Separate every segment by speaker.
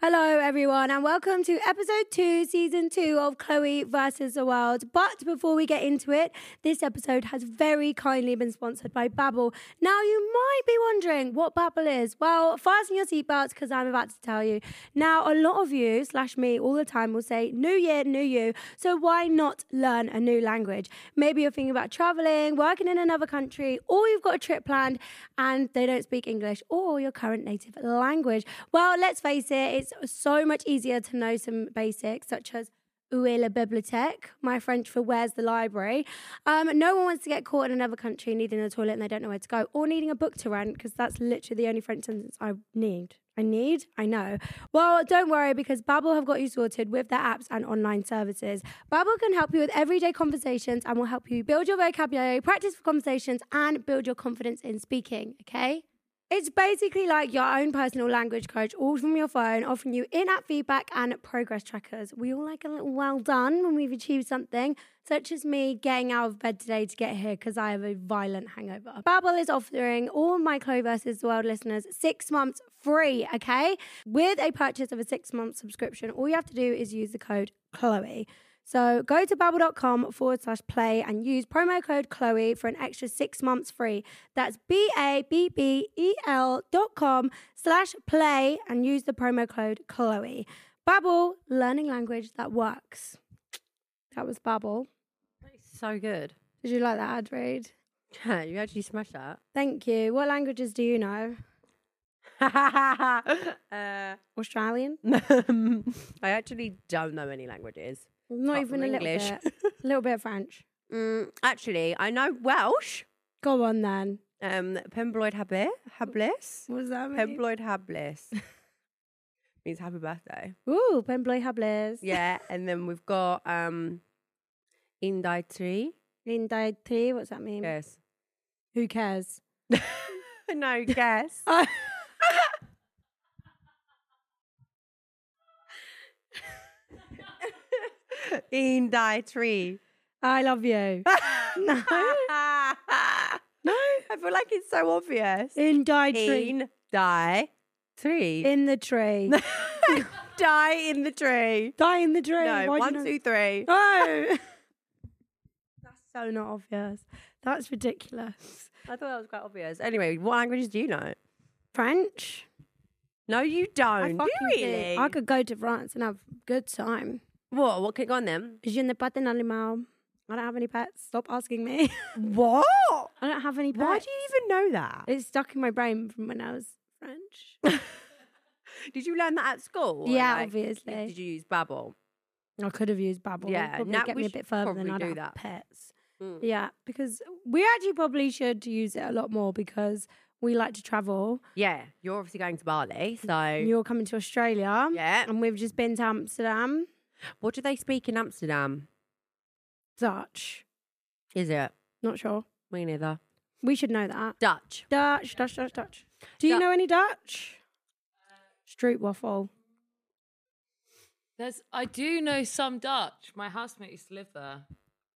Speaker 1: Hello, everyone, and welcome to episode two, season two of Chloe versus the World. But before we get into it, this episode has very kindly been sponsored by Babbel. Now, you might be wondering what Babbel is. Well, fasten your seatbelts because I'm about to tell you. Now, a lot of you slash me all the time will say, "New year, new you." So why not learn a new language? Maybe you're thinking about traveling, working in another country, or you've got a trip planned and they don't speak English or your current native language. Well, let's face it, it's so much easier to know some basics such as Où est la bibliothèque? My French for where's the library? Um, no one wants to get caught in another country needing a toilet and they don't know where to go or needing a book to rent because that's literally the only French sentence I need. I need, I know. Well, don't worry because Babbel have got you sorted with their apps and online services. Babbel can help you with everyday conversations and will help you build your vocabulary, practice for conversations, and build your confidence in speaking, okay? It's basically like your own personal language coach, all from your phone, offering you in app feedback and progress trackers. We all like a little well done when we've achieved something, such as me getting out of bed today to get here because I have a violent hangover. Babbel is offering all my Chloe versus the World listeners six months free, okay? With a purchase of a six month subscription, all you have to do is use the code Chloe. So go to babbel.com forward slash play and use promo code Chloe for an extra six months free. That's B A B B E L dot com slash play and use the promo code Chloe. Babbel, learning language that works. That was Babbel.
Speaker 2: So good.
Speaker 1: Did you like that ad read?
Speaker 2: Yeah, you actually smashed that.
Speaker 1: Thank you. What languages do you know?
Speaker 2: uh,
Speaker 1: Australian?
Speaker 2: I actually don't know any languages.
Speaker 1: Not
Speaker 2: Apart
Speaker 1: even
Speaker 2: from
Speaker 1: a little
Speaker 2: English.
Speaker 1: bit. A little bit of French.
Speaker 2: Mm, actually, I know Welsh.
Speaker 1: Go on then.
Speaker 2: Um, Pembroid Habe, Hables.
Speaker 1: What does that mean?
Speaker 2: Pembroid Hables means happy birthday.
Speaker 1: Ooh, Pembloy Hables.
Speaker 2: Yeah, and then we've got um, Indai Tree.
Speaker 1: Lindai T, what's that mean?
Speaker 2: Yes.
Speaker 1: Who cares?
Speaker 2: no guess.
Speaker 1: Oh.
Speaker 2: Indai Tree.
Speaker 1: I love you. No.
Speaker 2: no. I feel like it's so obvious.
Speaker 1: In die tree.
Speaker 2: In die tree.
Speaker 1: In the tree.
Speaker 2: die in the tree.
Speaker 1: die in the tree. Why
Speaker 2: No,
Speaker 1: do you
Speaker 2: one,
Speaker 1: know-
Speaker 2: two, three.
Speaker 1: No. That's so not obvious. That's ridiculous.
Speaker 2: I thought that was quite obvious. Anyway, what languages do you know?
Speaker 1: French.
Speaker 2: No, you don't. Do
Speaker 1: fucking
Speaker 2: you
Speaker 1: do.
Speaker 2: really?
Speaker 1: I could go to France and have a good time.
Speaker 2: What? What? Click on them.
Speaker 1: Je n'ai pas d'animal. I don't have any pets. Stop asking me.
Speaker 2: What?
Speaker 1: I don't have any pets.
Speaker 2: Why do you even know that?
Speaker 1: It's stuck in my brain from when I was French.
Speaker 2: Did you learn that at school? Or,
Speaker 1: yeah,
Speaker 2: like,
Speaker 1: obviously.
Speaker 2: Did you use Babbel?
Speaker 1: I could have used Babbel.
Speaker 2: Yeah,
Speaker 1: Yeah, probably
Speaker 2: now
Speaker 1: get
Speaker 2: we
Speaker 1: me a
Speaker 2: should
Speaker 1: bit further than
Speaker 2: probably
Speaker 1: I'd
Speaker 2: do
Speaker 1: have
Speaker 2: that.
Speaker 1: pets.
Speaker 2: Mm.
Speaker 1: Yeah, because we actually probably should use it a lot more because we like to travel.
Speaker 2: Yeah, you're obviously going to Bali,
Speaker 1: And
Speaker 2: so
Speaker 1: You're coming to Australia,
Speaker 2: yeah.
Speaker 1: and we've just been to Amsterdam.
Speaker 2: What do they speak in Amsterdam?
Speaker 1: Dutch,
Speaker 2: Is it
Speaker 1: not sure.
Speaker 2: me neither?
Speaker 1: We should know that.
Speaker 2: Dutch.
Speaker 1: Dutch, Dutch, Dutch, Dutch. Do you
Speaker 2: Du-
Speaker 1: know any Dutch? Street waffle.
Speaker 3: There's, I do know some Dutch. My housemate used to live there.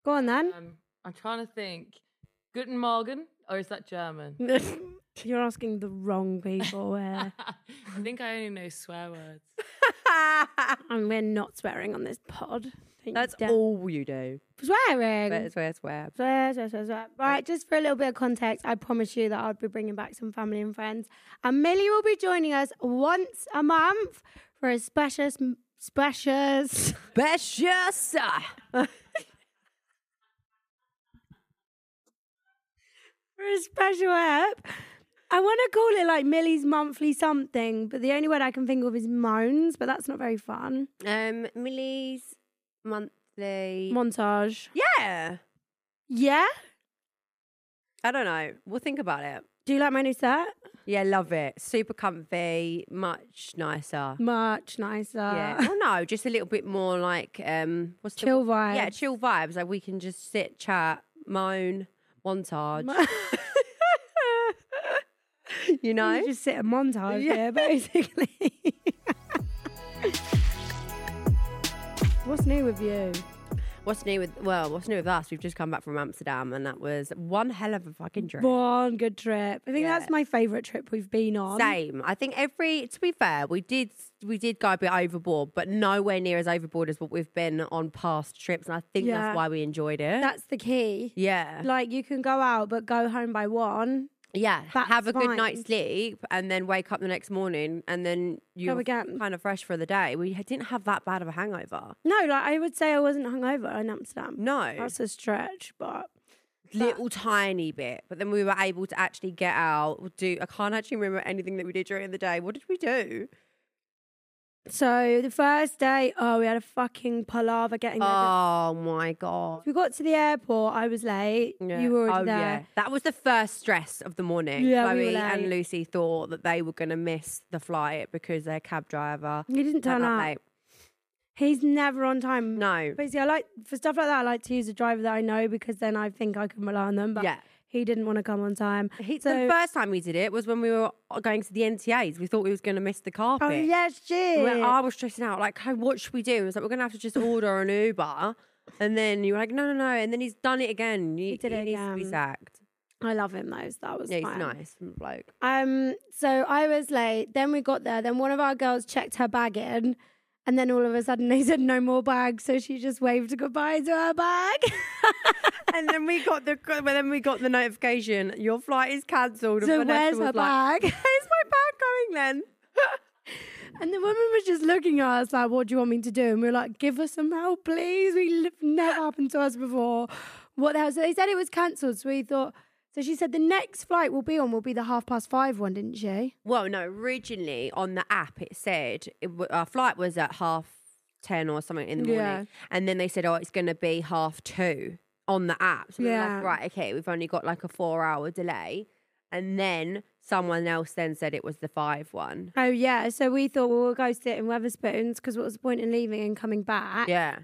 Speaker 1: Go on then.
Speaker 3: Um, I'm trying to think. Guten Morgen, or is that German?
Speaker 1: You're asking the wrong people here,
Speaker 3: I think I only know swear words.
Speaker 1: and we're not swearing on this pod. Don't you
Speaker 2: That's
Speaker 1: dare-
Speaker 2: all you do.
Speaker 1: swearing.
Speaker 2: Swear, swear, swear.
Speaker 1: Swear, swear, swear, swear. Right, just for a little bit of context, I promise you that I'll be bringing back some family and friends. And Millie will be joining us once a month for a special, special.
Speaker 2: Precious.
Speaker 1: for a special app. I want to call it like Millie's monthly something, but the only word I can think of is moans, but that's not very fun.
Speaker 2: um, Millie's monthly.
Speaker 1: Montage.
Speaker 2: yeah.
Speaker 1: Yeah?
Speaker 2: I don't know. We'll think about it.
Speaker 1: Do you like my new set?
Speaker 2: Yeah, love it. Super comfy. Much nicer.
Speaker 1: Much nicer.
Speaker 2: Yeah. Oh no, just a little bit more like um, what's the
Speaker 1: Chill vibe.
Speaker 2: Yeah, chill vibes. Like we can just sit, chat, moan, montage. you know?
Speaker 1: You just sit a montage
Speaker 2: Yeah.
Speaker 1: yeah. basically. What's new with you?
Speaker 2: What's new with well, what's new with us? We've just come back from Amsterdam and that was one hell of a fucking trip.
Speaker 1: One good trip. I think
Speaker 2: Yeah.
Speaker 1: that's my favourite trip we've been on.
Speaker 2: Same. I think every to be fair, we did we did go a bit overboard, but nowhere near as overboard as what we've been on past trips, and I think
Speaker 1: Yeah.
Speaker 2: that's why we enjoyed it.
Speaker 1: That's the key.
Speaker 2: yeah.
Speaker 1: Like you can go out but go home by one.
Speaker 2: Yeah,
Speaker 1: That's
Speaker 2: have a
Speaker 1: fine.
Speaker 2: good night's sleep and then wake up the next morning and then you're
Speaker 1: again.
Speaker 2: kind of fresh for the day. We didn't have that bad of a hangover.
Speaker 1: No, like I would say I wasn't hungover in Amsterdam.
Speaker 2: No,
Speaker 1: That's a stretch, but
Speaker 2: little tiny bit. But then we were able to actually get out. Do I can't actually remember anything that we did during the day. What did we do?
Speaker 1: so the first day, oh, we had a fucking palaver getting there.
Speaker 2: Oh my god.
Speaker 1: We got to the airport. I was late.
Speaker 2: Yeah.
Speaker 1: You were already
Speaker 2: oh, Yeah.
Speaker 1: there.
Speaker 2: That was the first stress of the morning.
Speaker 1: Yeah, we
Speaker 2: Chloe
Speaker 1: were late.
Speaker 2: and Lucy thought that they were going to miss the flight because their cab driver
Speaker 1: He didn't turn
Speaker 2: turned up
Speaker 1: up.
Speaker 2: late.
Speaker 1: He's never on time.
Speaker 2: No.
Speaker 1: Basically, I like for stuff like that. I like to use a driver that I know because then I think I can rely on them. But
Speaker 2: Yeah.
Speaker 1: he didn't want to come on time.
Speaker 2: He,
Speaker 1: So-
Speaker 2: the first time we did it was when we were uh, going to the NTAs. We thought we was going to miss the carpet.
Speaker 1: Oh yeah, shit.
Speaker 2: When "Oh, I was stressing out, like, "Hey, what should we do? I was like, we're going to have to just order an Uber. And then you were like, no, no, no. And then he's done it again. He,
Speaker 1: did
Speaker 2: he
Speaker 1: it
Speaker 2: needs to be
Speaker 1: again.
Speaker 2: sacked.
Speaker 1: I love him though. So that was
Speaker 2: Yeah, he's
Speaker 1: fine.
Speaker 2: nice. from the bloke.
Speaker 1: Um, so I was late. Then we got there. Then one of our girls checked her bag in, and then all of a sudden they said no more bags. So she just waved goodbye to her bag.
Speaker 2: and then we got the well, then we got the notification, your flight is cancelled.
Speaker 1: so
Speaker 2: and Vanessa
Speaker 1: where's
Speaker 2: was
Speaker 1: her bag?
Speaker 2: like, Where's my bag going then?
Speaker 1: And the woman was just looking at us like, "What do you want me to do?" And we were like, "Give us some help, please. We never happened to us before. What the hell?" So they said it was cancelled. So we thought. So she said the next flight we'll be on will be the half past five one, didn't she?
Speaker 2: Well, no, originally on the app it said it, w- our flight was at half 10 or something in the morning.
Speaker 1: Yeah.
Speaker 2: And then they said, oh, it's going to be half two on the app. So we were
Speaker 1: Yeah.
Speaker 2: like, right, okay, we've only got like a four hour delay. And then someone else then said it was the five one.
Speaker 1: Oh yeah. So we thought well, we'll go sit in Weatherspoons because what was the point in leaving and coming back?
Speaker 2: Yeah.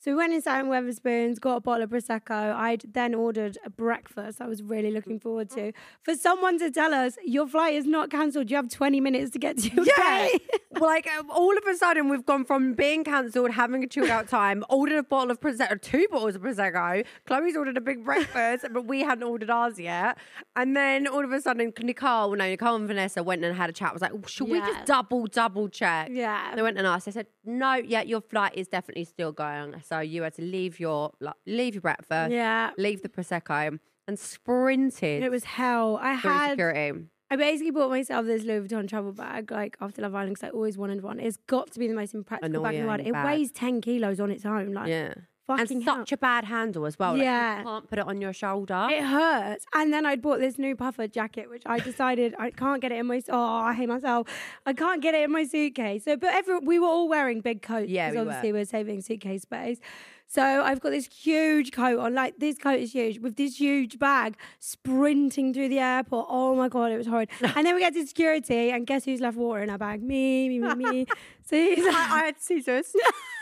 Speaker 1: So we went inside in Weatherspoons, got a bottle of prosecco. I'd then ordered a breakfast. I was really looking forward to for someone to tell us your flight is not cancelled. You have twenty minutes to get to your day.
Speaker 2: well, like um, all of a sudden, we've gone from being cancelled, having a chilled out time, ordered a bottle of prosecco, two bottles of prosecco. Chloe's ordered a big breakfast, but we hadn't ordered ours yet. And then all of a sudden, Nicole, no, Nicole and Vanessa went and had a chat. Was like, should we
Speaker 1: Yeah.
Speaker 2: just double double check?
Speaker 1: Yeah.
Speaker 2: They went and asked. They said, no, yeah, your flight is definitely still going, so you had to leave your like, leave your breakfast,
Speaker 1: yeah.
Speaker 2: leave the prosecco, and sprinted
Speaker 1: It was hell. I
Speaker 2: through
Speaker 1: had
Speaker 2: security.
Speaker 1: I basically bought myself this Louis Vuitton travel bag, like after Love Island, because I always wanted one. It's got to be the most impractical bag in the world.
Speaker 2: Annoying
Speaker 1: It
Speaker 2: bag.
Speaker 1: weighs ten kilos on its own, like
Speaker 2: Yeah.
Speaker 1: fucking
Speaker 2: and
Speaker 1: hell.
Speaker 2: such a bad handle as well. Like,
Speaker 1: Yeah.
Speaker 2: you can't put it on your shoulder.
Speaker 1: it hurts. And then I'd bought this new puffer jacket, which I decided I can't get it in my. Oh, I hate myself. I can't get it in my suitcase. So, but every, we were all wearing big coats.
Speaker 2: Yeah,
Speaker 1: 'cause
Speaker 2: we were.
Speaker 1: obviously we are saving suitcase space. So I've got this huge coat on. Like this coat is huge with this huge bag sprinting through the airport. Oh my god, it was horrid. and then we get to security, and guess who's left water in our bag? Me, me, me, me. so he's like,
Speaker 2: I, I had scissors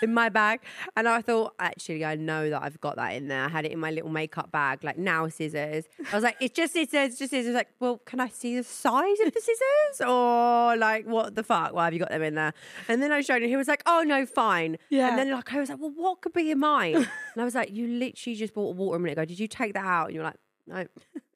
Speaker 2: in my bag, and I thought, actually, I know that I've got that in there. I had it in my little makeup bag, like now scissors. I was like, it's just scissors, just scissors. Like, well, can I see the size of the scissors, or like, what the fuck? Why have you got them in there? And then I showed him. He was like, oh no, fine.
Speaker 1: Yeah.
Speaker 2: And then like I was like, well, what could be in mine? and I was like, you literally just bought water a minute ago. Did you take that out? And you're like, no.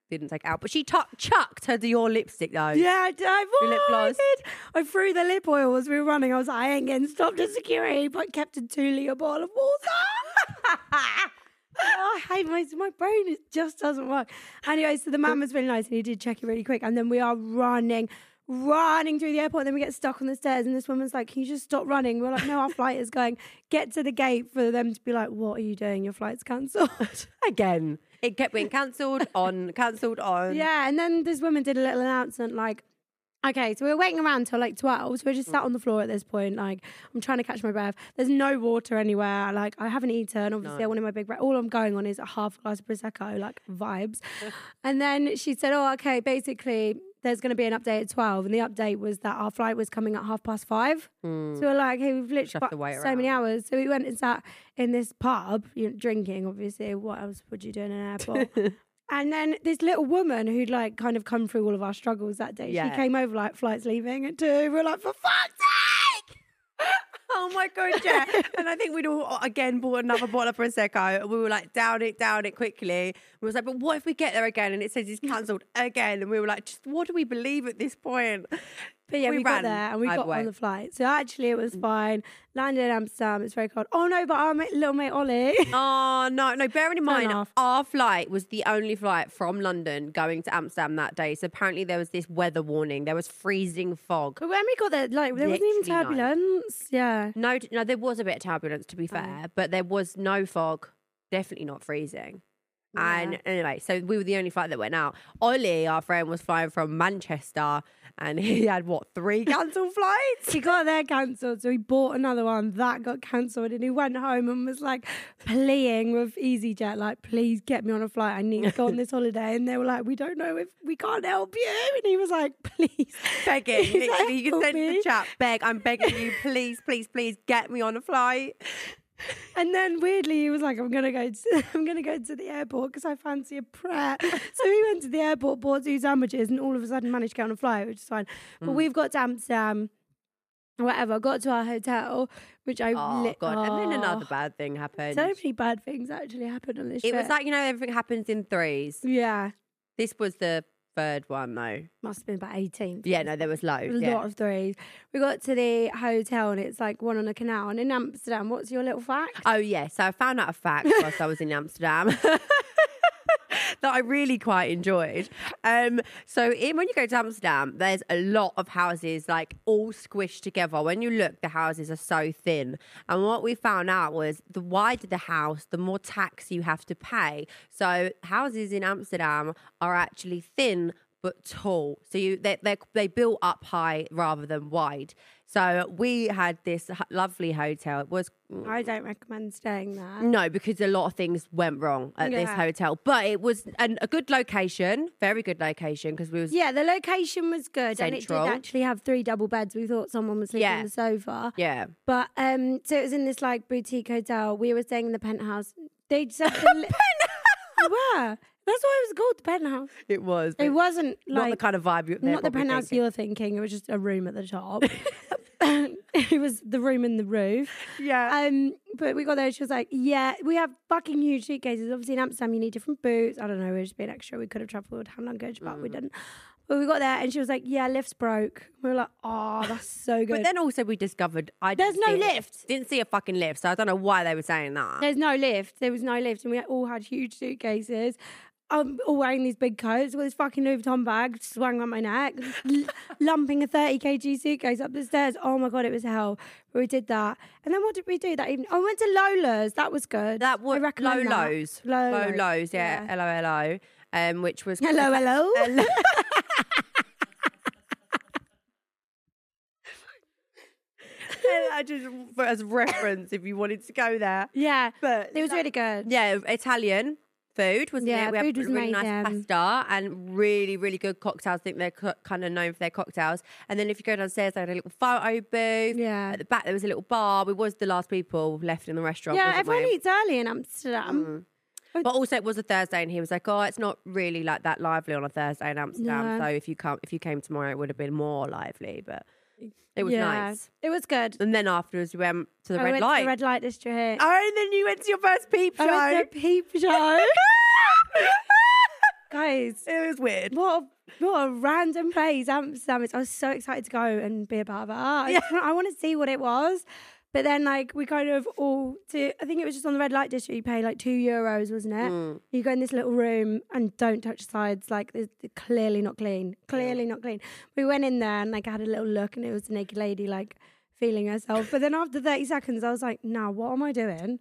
Speaker 2: Didn't take it out, but she tuck chucked her Dior lipstick though.
Speaker 1: Yeah, I did. I,
Speaker 2: Your lip
Speaker 1: oh, I
Speaker 2: gloss.
Speaker 1: did. I threw the lip oil as we were running. I was like, I ain't getting stopped at security, but kept a two litre bottle of water. oh, I hate my, my brain, it just doesn't work. Anyway, so the man was really nice and he did check it really quick. And then we are running, running through the airport. then we get stuck on the stairs and this woman's like, Can you just stop running? We're like, No, our flight is going. Get to the gate for them to be like, What are you doing? Your flight's cancelled.
Speaker 2: again. It kept being cancelled on, cancelled on.
Speaker 1: Yeah, and then this woman did a little announcement like, okay, so we were waiting around till like 12. So we're just sat
Speaker 2: Mm.
Speaker 1: on the floor at this point. Like, I'm trying to catch my breath. There's no water anywhere. Like, I haven't eaten. Obviously, I wanted my big breath. All I'm going on is a half glass of Prosecco, like vibes. and then she said, oh, okay, basically, there's going to be an update at 12. And the update was that our flight was coming at half past five. So we're like, hey, we've literally
Speaker 2: Mm. Just have
Speaker 1: got
Speaker 2: to
Speaker 1: so
Speaker 2: wait
Speaker 1: many
Speaker 2: around.
Speaker 1: hours. So we went and sat in this pub, you know, drinking, obviously. What else would you do in an airport? And then this little woman who'd like kind of come through all of our struggles that day, she
Speaker 2: Yeah.
Speaker 1: came over like flights leaving at two. We were like, for fuck's sake!
Speaker 2: Oh my god, yeah. and I think we'd all uh, again bought another bottle of prosecco, and we were like, down it, down it quickly. We was like, but what if we get there again and it says it's cancelled again? And we were like, just what do we believe at this point?
Speaker 1: But yeah, we,
Speaker 2: We
Speaker 1: got
Speaker 2: ran Mm.
Speaker 1: there and we
Speaker 2: either
Speaker 1: got
Speaker 2: way.
Speaker 1: on the flight. So actually, it was fine. Landed in Amsterdam. It's very cold. Oh no, but our mate, little mate Ollie.
Speaker 2: Oh no, no. Bearing in mind,
Speaker 1: enough.
Speaker 2: our flight was the only flight from London going to Amsterdam that day. So apparently there was this weather warning. There was freezing fog.
Speaker 1: But when we got there, like there wasn't even
Speaker 2: Literally none.
Speaker 1: turbulence. Yeah.
Speaker 2: No, no, there was a bit of turbulence to be fair, but there was no fog. Definitely not freezing. And anyway, so we were the only flight that went out. Ollie, our friend, was flying from Manchester, and he had what three cancelled flights.
Speaker 1: He got there cancelled, so he bought another one that got cancelled, and he went home and was like pleading with EasyJet, like, "Please get me on a flight. I need to go on this holiday." And they were like, "We don't know if we can't help you," and he was like, "Please."
Speaker 2: Begging,
Speaker 1: He's like,
Speaker 2: literally, you can
Speaker 1: "Help
Speaker 2: send
Speaker 1: me."
Speaker 2: the chat. Beg, I'm begging you, please, please, please, get me on a flight.
Speaker 1: And then weirdly, he was like, "I'm gonna go. To, I'm gonna go to the airport because I fancy a prayer." so he went to the airport, bought two sandwiches, and all of a sudden managed to get on a flight, which is fine.
Speaker 2: Mm.
Speaker 1: But we've got to Amsterdam, whatever. Got to our hotel, which I
Speaker 2: Oh
Speaker 1: lit-
Speaker 2: god! And then another
Speaker 1: Oh.
Speaker 2: bad thing happened.
Speaker 1: So many bad things actually happened on this.
Speaker 2: it was
Speaker 1: trip.
Speaker 2: like you know everything happens in threes.
Speaker 1: yeah,
Speaker 2: This was the third one though.
Speaker 1: must have been about 18.
Speaker 2: Yeah, no, there was
Speaker 1: A
Speaker 2: loads. Yeah.
Speaker 1: lot of threes. We got to the hotel and it's like one on a canal. And in Amsterdam, what's your little fact?
Speaker 2: Oh yeah, so I found out a fact whilst I was in Amsterdam that I really quite enjoyed. Um, so in, when you go to Amsterdam, there's a lot of houses like all squished together. When you look, the houses are so thin. And what we found out was the wider the house, the more tax you have to pay. So houses in Amsterdam are actually thin but tall. So you they they they built up high rather than wide. So we had this h- lovely hotel. It was
Speaker 1: I don't recommend staying there.
Speaker 2: no, because a lot of things went wrong at this
Speaker 1: Yeah.
Speaker 2: hotel. But it was an, a good location, very good location, because we was yeah.
Speaker 1: Yeah, the location was good and it did
Speaker 2: Central.
Speaker 1: actually have three double beds. We thought someone was sleeping
Speaker 2: Yeah.
Speaker 1: on the sofa. But um so it was in this like boutique hotel. We were staying in the penthouse. They just had the li- Were. That's why it was called the penthouse.
Speaker 2: It was.
Speaker 1: It wasn't
Speaker 2: not
Speaker 1: like
Speaker 2: the kind of vibe you
Speaker 1: not the penthouse you're thinking. It was just a room at the top. Um, it was the room in the roof.
Speaker 2: Yeah.
Speaker 1: Um, but we got there. She was like, "Yeah, we have fucking huge suitcases. Obviously in Amsterdam, you need different boots. I don't know. We were just being extra. We could have travelled hand luggage, but
Speaker 2: Mm.
Speaker 1: we didn't. But we got there, and she was like, "Yeah, lift's broke." We were like, "Oh, that's so good."
Speaker 2: But then also we discovered I
Speaker 1: There's
Speaker 2: didn't
Speaker 1: no
Speaker 2: see a
Speaker 1: lift.
Speaker 2: Didn't see a fucking lift, so I don't know why they were saying that.
Speaker 1: There's no lift. There was no lift, and we all had huge suitcases. I'm all wearing these big coats with this fucking Louis Vuitton bag swung around my neck, l- lumping a 30 kg suitcase up the stairs. Oh my god, it was hell. But we did that, and then what did we do that evening? I went to Lola's. That was good.
Speaker 2: That
Speaker 1: I
Speaker 2: was low
Speaker 1: recommend that.
Speaker 2: lows,
Speaker 1: Low
Speaker 2: low
Speaker 1: lows,
Speaker 2: lows. Yeah, L O L O. Um, which was
Speaker 1: Hello, hello.
Speaker 2: I just for as reference if you wanted to go there.
Speaker 1: yeah,
Speaker 2: But
Speaker 1: it was really good.
Speaker 2: Yeah, Italian food, wasn't
Speaker 1: Yeah,
Speaker 2: it? We
Speaker 1: food
Speaker 2: had
Speaker 1: was
Speaker 2: really nice
Speaker 1: amazing.
Speaker 2: pasta and really, really good cocktails. I think they're co- kind of known for their cocktails. And then if you go downstairs, they had a little photo booth.
Speaker 1: Yeah.
Speaker 2: At the back, there was a little bar. We was the last people left in the restaurant.
Speaker 1: Yeah,
Speaker 2: wasn't Mm.
Speaker 1: everyone
Speaker 2: we?
Speaker 1: eats early in Amsterdam.
Speaker 2: But also, it was a Thursday, and he was like, "Oh, it's not really like that lively on a Thursday in Amsterdam.
Speaker 1: No.
Speaker 2: So if you come, if you came tomorrow, it would have been more lively." But it was
Speaker 1: Yeah,
Speaker 2: nice.
Speaker 1: It was good.
Speaker 2: And then afterwards, we went to the
Speaker 1: I
Speaker 2: red
Speaker 1: went
Speaker 2: light.
Speaker 1: to the red light district.
Speaker 2: Oh, and then you went to your first peep show.
Speaker 1: I went to a peep show, guys.
Speaker 2: it was weird.
Speaker 1: What a, what a random place Amsterdam is. I was so excited to go and be a part of it. I, just want, I want to see what it was. But then, like, we kind of all to, I think it was just on the red light district, you pay like two euros, wasn't it? You go in this little room and don't touch sides. Like, they're, they're clearly not clean. Clearly not clean. We went in there and, like, I had a little look and it was a naked lady, like, feeling herself. But then after 30 seconds, I was like, nah, what am I doing?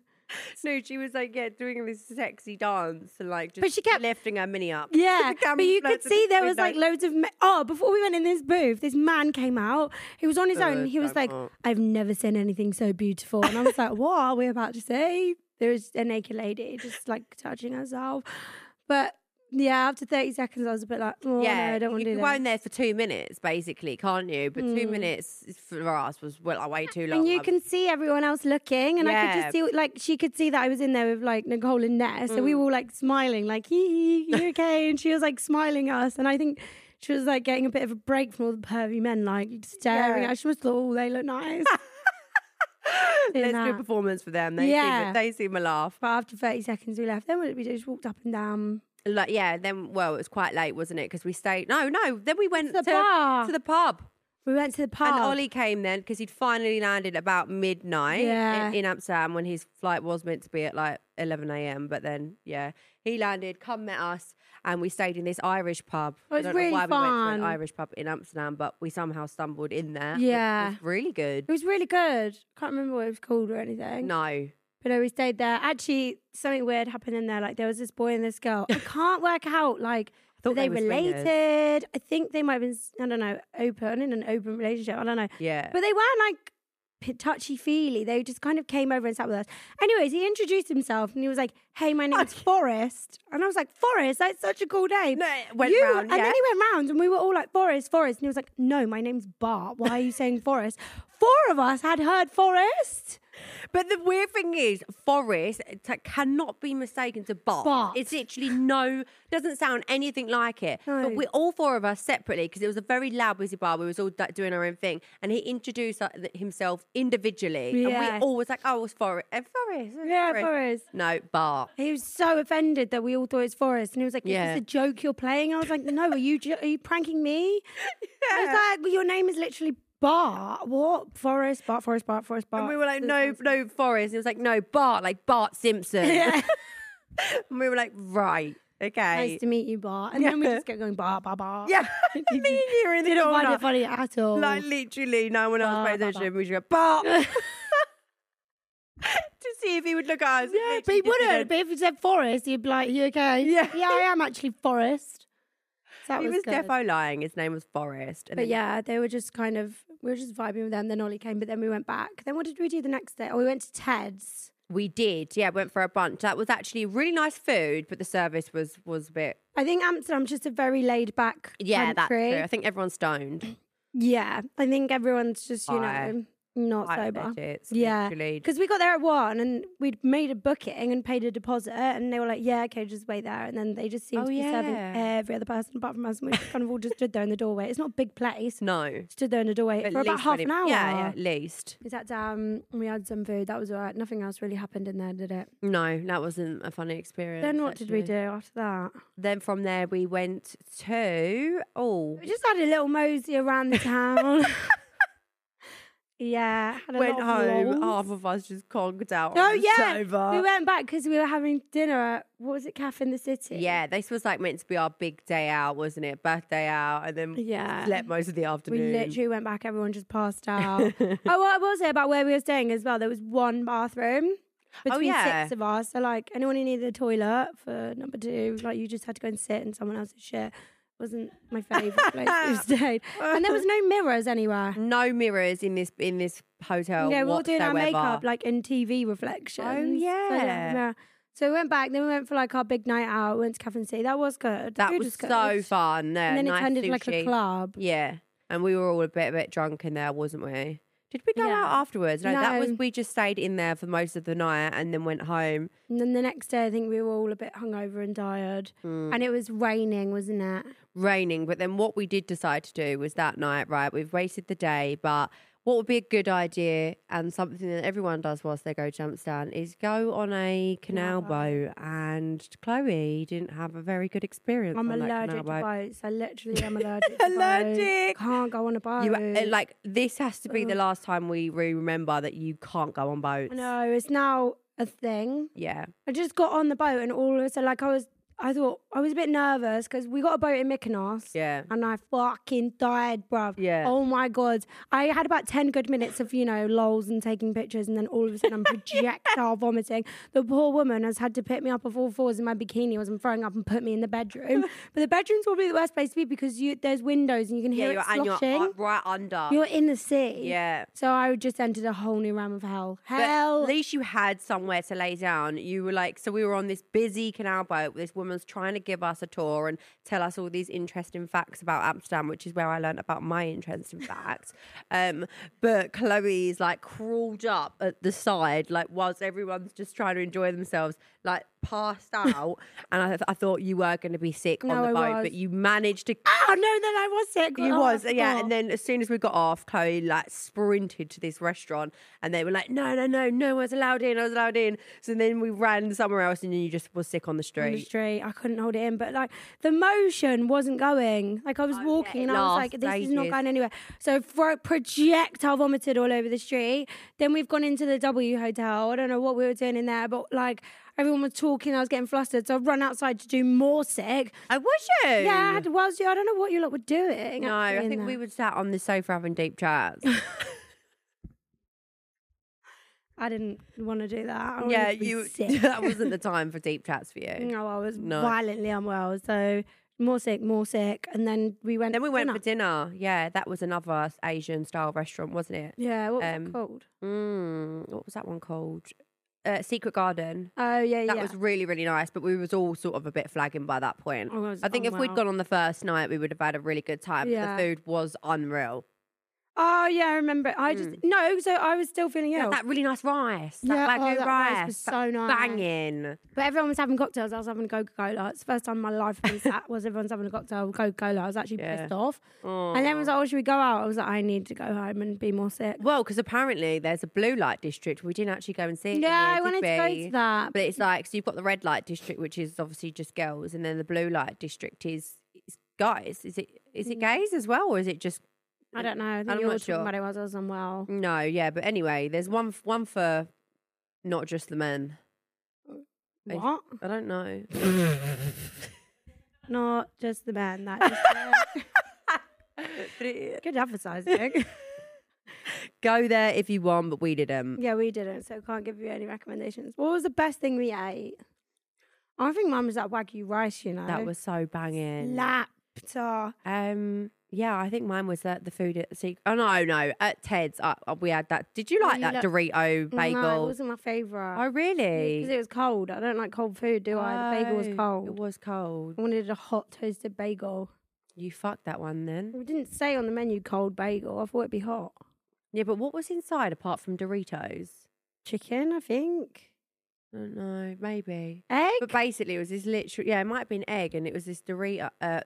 Speaker 2: No, she was like, yeah, doing this sexy dance and like just
Speaker 1: But she kept-
Speaker 2: lifting her mini up.
Speaker 1: Yeah,
Speaker 2: The camera
Speaker 1: but you could
Speaker 2: floated
Speaker 1: see
Speaker 2: to
Speaker 1: there was like
Speaker 2: midnight.
Speaker 1: loads of. ma- oh, before we went in this booth, this man came out. He was on his own.
Speaker 2: Uh,
Speaker 1: He was
Speaker 2: don't
Speaker 1: like,
Speaker 2: want.
Speaker 1: "I've never seen anything so beautiful," and I was like, "What are we about to see?" There was a naked lady just like touching herself, but yeah, after thirty seconds, I was a bit like, "Oh
Speaker 2: yeah,
Speaker 1: no, I don't want
Speaker 2: you
Speaker 1: to
Speaker 2: can
Speaker 1: do
Speaker 2: go
Speaker 1: that." Hmm.
Speaker 2: in there for two minutes, basically, can't you? But two minutes for us was well, like, way too long.
Speaker 1: And you
Speaker 2: I-
Speaker 1: can see everyone else looking, and I could
Speaker 2: Yeah. Mm.
Speaker 1: just see, like, she could see that I was in there with like Nicole and Ness, so we were all like smiling, like, "Hee, hee, you okay?" and she was like smiling at us, and I think she was like getting a bit of a break from all the pervy men, like staring.
Speaker 2: Yeah.
Speaker 1: at us. She was thought, "Oh, they look nice." Exactly
Speaker 2: Let's do a
Speaker 1: that.
Speaker 2: performance for them. They
Speaker 1: Yeah.
Speaker 2: seem they seem a laugh.
Speaker 1: But after 30 seconds we left, then what did we do? Just walked up and down
Speaker 2: Like yeah, then well, it was quite late, wasn't it? Because we stayed. No, no. Then we went
Speaker 1: the
Speaker 2: to,
Speaker 1: bar.
Speaker 2: to the pub,
Speaker 1: we went to the park.
Speaker 2: and Ollie came then because he'd finally landed about midnight
Speaker 1: Yeah.
Speaker 2: in, in Amsterdam when his flight was meant to be at like eleven a.m. But then yeah, he landed, come met us, and we stayed in this Irish pub.
Speaker 1: Oh, it's
Speaker 2: I don't
Speaker 1: really
Speaker 2: know why we went
Speaker 1: fun.
Speaker 2: to an Irish pub in Amsterdam, but we somehow stumbled in there. which
Speaker 1: Yeah.
Speaker 2: was really good.
Speaker 1: It was really good. Can't remember what it was called or anything.
Speaker 2: No.
Speaker 1: But no, we stayed there. Actually, something weird happened in there. Like there was this boy and this girl. I can't work out. Like
Speaker 2: thought
Speaker 1: were they,
Speaker 2: they were swingers.
Speaker 1: related? I think they might have been. s- I don't know. Open in an open relationship. I don't know.
Speaker 2: Yeah.
Speaker 1: But they weren't like p- touchy feely. They just kind of came over and sat with us. Anyways, he introduced himself and he was like, "Hey, my name's Forrest," and I was like, "Forrest, that's such a cool name."
Speaker 2: No, it went
Speaker 1: You- and
Speaker 2: round, yeah.
Speaker 1: then he went round, and we were all like, "Forrest, Forrest," and he was like, "No, my name's Bart. Why are you saying Forrest?" Four of us had heard Forrest.
Speaker 2: But the weird thing is, Forrest t- cannot be mistaken to Bart.
Speaker 1: Bart.
Speaker 2: It's literally no, doesn't sound anything like it.
Speaker 1: No.
Speaker 2: But we all four of us separately, because it was a very loud, busy bar. We was all d- doing our own thing, and he introduced uh, th- himself individually,
Speaker 1: Yeah.
Speaker 2: and we all was like, "Oh, it's Forrest." Uh, Forrest. uh,
Speaker 1: Yeah, Forrest.
Speaker 2: No, Bart.
Speaker 1: He was so offended that we all thought it was Forrest, and he was like, "Is
Speaker 2: Yeah.
Speaker 1: this a joke you're playing?" I was like, "No, are you jo- are you pranking me?" I was like, well, "Your name is literally Bart. What Forrest? Bart? Forrest? Bart? Forrest? Bart?"
Speaker 2: And we were like, "No, no, Forrest." And he was like, "No, Bart, like Bart Simpson." and we were like, "Right, okay."
Speaker 1: nice to meet you, Bart. And then we just kept going, Bart, Bart, Bart.
Speaker 2: yeah, me and you in the
Speaker 1: didn't find
Speaker 2: corner.
Speaker 1: it funny at all.
Speaker 2: Like literally, no one else
Speaker 1: Oh. Bah,
Speaker 2: paid
Speaker 1: bah,
Speaker 2: attention. We just go, "Bah!" to see if he would look at us.
Speaker 1: yeah,
Speaker 2: Literally
Speaker 1: but he
Speaker 2: just
Speaker 1: wouldn't.
Speaker 2: said-
Speaker 1: But if he said Forrest, he'd be like, "You okay?"
Speaker 2: Yeah.
Speaker 1: yeah, I am actually Forrest. So that
Speaker 2: He
Speaker 1: was,
Speaker 2: was
Speaker 1: good.
Speaker 2: defo lying. His name was Forrest. And
Speaker 1: But
Speaker 2: then-
Speaker 1: yeah, they were just kind of we were just vibing with them. Then Ollie came, but then we went back. Then what did we do the next day? Oh, we went to Ted's.
Speaker 2: we did. Yeah, went for a bunch. That was actually really nice food, but the service was was a bit.
Speaker 1: I think Amsterdam's just a very laid back
Speaker 2: Yeah, that's
Speaker 1: country.
Speaker 2: true. I think everyone's stoned.
Speaker 1: Yeah, I think everyone's just you
Speaker 2: Bye.
Speaker 1: know not
Speaker 2: I
Speaker 1: sober.
Speaker 2: bet it's
Speaker 1: Yeah.
Speaker 2: literally-
Speaker 1: Because we got there at one and we'd made a booking and paid a deposit, and they were like, "Yeah, okay, just wait there." And then they just seemed
Speaker 2: Oh,
Speaker 1: to be serving
Speaker 2: yeah.
Speaker 1: every other person apart from us, and we just kind of all just stood there in the doorway. It's not a big place.
Speaker 2: no.
Speaker 1: Stood there in the doorway
Speaker 2: At
Speaker 1: for about
Speaker 2: least
Speaker 1: half
Speaker 2: 20
Speaker 1: an hour.
Speaker 2: Yeah, yeah, at least.
Speaker 1: We sat down and we had some food. That was all right. Nothing else really happened in there, did it?
Speaker 2: No, that wasn't a funny experience.
Speaker 1: then what did we
Speaker 2: actually.
Speaker 1: do after that?
Speaker 2: Then from there we went to oh
Speaker 1: We just had a little mosey around the town. yeah, had a
Speaker 2: went
Speaker 1: lot of
Speaker 2: home. Oh,
Speaker 1: lols.
Speaker 2: Half of us just conked out.
Speaker 1: Oh,
Speaker 2: on the
Speaker 1: yeah.
Speaker 2: sofa.
Speaker 1: We went back because we were having dinner at what was it, Cafe in the City?
Speaker 2: Yeah, this was like meant to be our big day out, wasn't it? Birthday out, and then
Speaker 1: Yeah.
Speaker 2: slept most of the
Speaker 1: We
Speaker 2: afternoon.
Speaker 1: literally went back, everyone just passed out. oh, what I will say about where we were staying as well, there was one bathroom between
Speaker 2: Oh, yeah.
Speaker 1: six of us. So, like, anyone who needed a toilet for number two, like, you just had to go and sit in someone else's shit. Wasn't my favourite place we stayed. And there was no mirrors anywhere.
Speaker 2: no mirrors in this in this hotel.
Speaker 1: yeah, we were all doing our
Speaker 2: whatsoever.
Speaker 1: makeup, like, in TV reflections. So,
Speaker 2: Oh, yeah.
Speaker 1: mirror. so we went back, then we went for like our big night out, went to Cafe and City. That was good. The
Speaker 2: that
Speaker 1: food
Speaker 2: was
Speaker 1: good.
Speaker 2: so fun. There,
Speaker 1: And then
Speaker 2: nice
Speaker 1: it turned into like a
Speaker 2: sushi.
Speaker 1: club.
Speaker 2: Yeah, and we were all a bit a bit drunk in there, wasn't we? Did we go
Speaker 1: Yeah.
Speaker 2: out afterwards? No, that was
Speaker 1: No.
Speaker 2: we just stayed in there for most of the night and then went home.
Speaker 1: And then the next day, I think we were all a bit hungover and tired.
Speaker 2: Mm.
Speaker 1: And it was raining, wasn't it?
Speaker 2: raining. But then what we did decide to do was that night, right? We've wasted the day, but what would be a good idea and something that everyone does whilst they go to Amsterdam is go on a canal boat. And Chloe didn't have a very good experience.
Speaker 1: I'm
Speaker 2: on that
Speaker 1: allergic to
Speaker 2: canal boat.
Speaker 1: boats. I literally am allergic. to
Speaker 2: Allergic.
Speaker 1: Boats. Can't go on a boat.
Speaker 2: You uh, like this has to be the last time we re- remember that you can't go on boats.
Speaker 1: no, it's now a thing.
Speaker 2: Yeah,
Speaker 1: I just got on the boat and all of a sudden, like I was, I thought I was a bit nervous because we got a boat in Mykonos.
Speaker 2: yeah.
Speaker 1: And I fucking died, bruv.
Speaker 2: Yeah.
Speaker 1: Oh my god. I had about ten good minutes of you know lols and taking pictures, and then all of a sudden I'm projectile vomiting. The poor woman has had to pick me up off all fours in my bikini as I'm throwing up and put me in the bedroom. but the bedroom's probably the worst place to be because you there's windows and you can
Speaker 2: Yeah,
Speaker 1: hear
Speaker 2: you're,
Speaker 1: it
Speaker 2: and you're
Speaker 1: sloshing.
Speaker 2: uh, right under.
Speaker 1: You're in the sea.
Speaker 2: yeah.
Speaker 1: So I just entered a whole new realm of hell.
Speaker 2: But
Speaker 1: Hell.
Speaker 2: at least you had somewhere to lay down. You were like, so we were on this busy canal boat. This woman's trying to give us a tour and tell us all these interesting facts about Amsterdam, which is where I learned about my interesting facts. Um, but Chloe's like crawled up at the side, like whilst everyone's just trying to enjoy themselves, like passed out, and I, th- I thought you were going to be sick
Speaker 1: No,
Speaker 2: on the
Speaker 1: I
Speaker 2: boat,
Speaker 1: was.
Speaker 2: but you managed to.
Speaker 1: Oh no, then I was sick.
Speaker 2: You
Speaker 1: Oh,
Speaker 2: was,
Speaker 1: I
Speaker 2: yeah.
Speaker 1: forgot.
Speaker 2: And then as soon as we got off, Chloe like sprinted to this restaurant, and they were like, "No, no, no, no one's allowed in. I was allowed in." So then we ran somewhere else, and then you just was sick on
Speaker 1: on
Speaker 2: the
Speaker 1: the
Speaker 2: street.
Speaker 1: street. I couldn't hold it in, but like the motion wasn't going. Like I was walking
Speaker 2: Oh, it
Speaker 1: and I was like,
Speaker 2: lasts
Speaker 1: this is not
Speaker 2: ages.
Speaker 1: going anywhere. So fro- projectile vomited all over the street. Then we've gone into the W Hotel. I don't know what we were doing in there, but like everyone was talking. I was getting flustered. So I've run outside to do more sick.
Speaker 2: I was you.
Speaker 1: Yeah, I had whilst you, I don't know what you lot were doing.
Speaker 2: No,
Speaker 1: actually,
Speaker 2: I
Speaker 1: in
Speaker 2: think we
Speaker 1: there.
Speaker 2: would sat on the sofa having deep chats.
Speaker 1: I didn't want to do that. I wanted
Speaker 2: yeah,
Speaker 1: to be
Speaker 2: you.
Speaker 1: Sick.
Speaker 2: that wasn't the time for deep chats for you.
Speaker 1: no, I was
Speaker 2: No.
Speaker 1: violently unwell. So more sick, more sick, and then we went.
Speaker 2: Then we went
Speaker 1: dinner.
Speaker 2: for dinner. Yeah, that was another Asian style restaurant, wasn't it?
Speaker 1: Yeah, what was that
Speaker 2: um,
Speaker 1: called?
Speaker 2: Mm, what was that one called? Uh, Secret Garden.
Speaker 1: Oh yeah,
Speaker 2: That
Speaker 1: yeah.
Speaker 2: was really really nice, but we was all sort of a bit flagging by that point.
Speaker 1: I was
Speaker 2: I think if we'd
Speaker 1: unwell.
Speaker 2: gone on the first night, we would have had a really good time.
Speaker 1: Oh, Yeah.
Speaker 2: But the food was unreal.
Speaker 1: Oh yeah, I remember. I just no, so I was still feeling ill.
Speaker 2: Hmm. That really nice rice. That
Speaker 1: Yeah,
Speaker 2: wagyu
Speaker 1: oh, that
Speaker 2: rice.
Speaker 1: rice was so nice.
Speaker 2: Banging.
Speaker 1: but everyone was having cocktails. I was having a Coca Cola. It's the first time in my life I sat was everyone's having a cocktail Coca Cola. I was actually
Speaker 2: Yeah.
Speaker 1: pissed off.
Speaker 2: Oh.
Speaker 1: And everyone was like, "Oh, should we go out?" I was like, "I need to go home and be more sick."
Speaker 2: Well, because apparently there's a blue light district. We didn't actually go and see it. in
Speaker 1: yeah,
Speaker 2: here,
Speaker 1: I
Speaker 2: did
Speaker 1: wanted to
Speaker 2: we?
Speaker 1: go to that.
Speaker 2: But it's like, so you've got the red light district, which is obviously just girls, and then the blue light district is, is guys. Is it is
Speaker 1: Mm.
Speaker 2: it gays as well, or is it just
Speaker 1: I don't know. I think
Speaker 2: I'm
Speaker 1: you were
Speaker 2: not
Speaker 1: talking
Speaker 2: sure.
Speaker 1: about it whilst I was unwell.
Speaker 2: no? Yeah, but anyway, there's one f- one for not just the men. Basi-
Speaker 1: What?
Speaker 2: I don't know.
Speaker 1: Not just the man. That is
Speaker 2: But it-
Speaker 1: good advertising.
Speaker 2: go there if you want, but we didn't.
Speaker 1: yeah, we didn't, so can't give you any recommendations. What was the best thing we ate? I think mine was that wagyu rice. You know,
Speaker 2: That was so banging.
Speaker 1: laptop.
Speaker 2: Um, yeah, I think mine was that the food at Secret. Oh no, no, at Ted's uh, uh, we had that. Did you
Speaker 1: Oh,
Speaker 2: like
Speaker 1: you
Speaker 2: that
Speaker 1: like-
Speaker 2: Dorito bagel?
Speaker 1: No, it wasn't my favourite.
Speaker 2: oh really?
Speaker 1: Because it was cold. I don't like cold food, do I? The bagel was
Speaker 2: Oh, It
Speaker 1: cold.
Speaker 2: was cold.
Speaker 1: I wanted a hot toasted bagel.
Speaker 2: You fucked that one then.
Speaker 1: It didn't say on the menu cold bagel. I thought it'd be hot.
Speaker 2: Yeah, but what was inside apart from Doritos?
Speaker 1: Chicken, I think.
Speaker 2: I don't know, maybe.
Speaker 1: Egg?
Speaker 2: But basically, it was this literal. Yeah, it might have been egg, and it was this Dorito uh,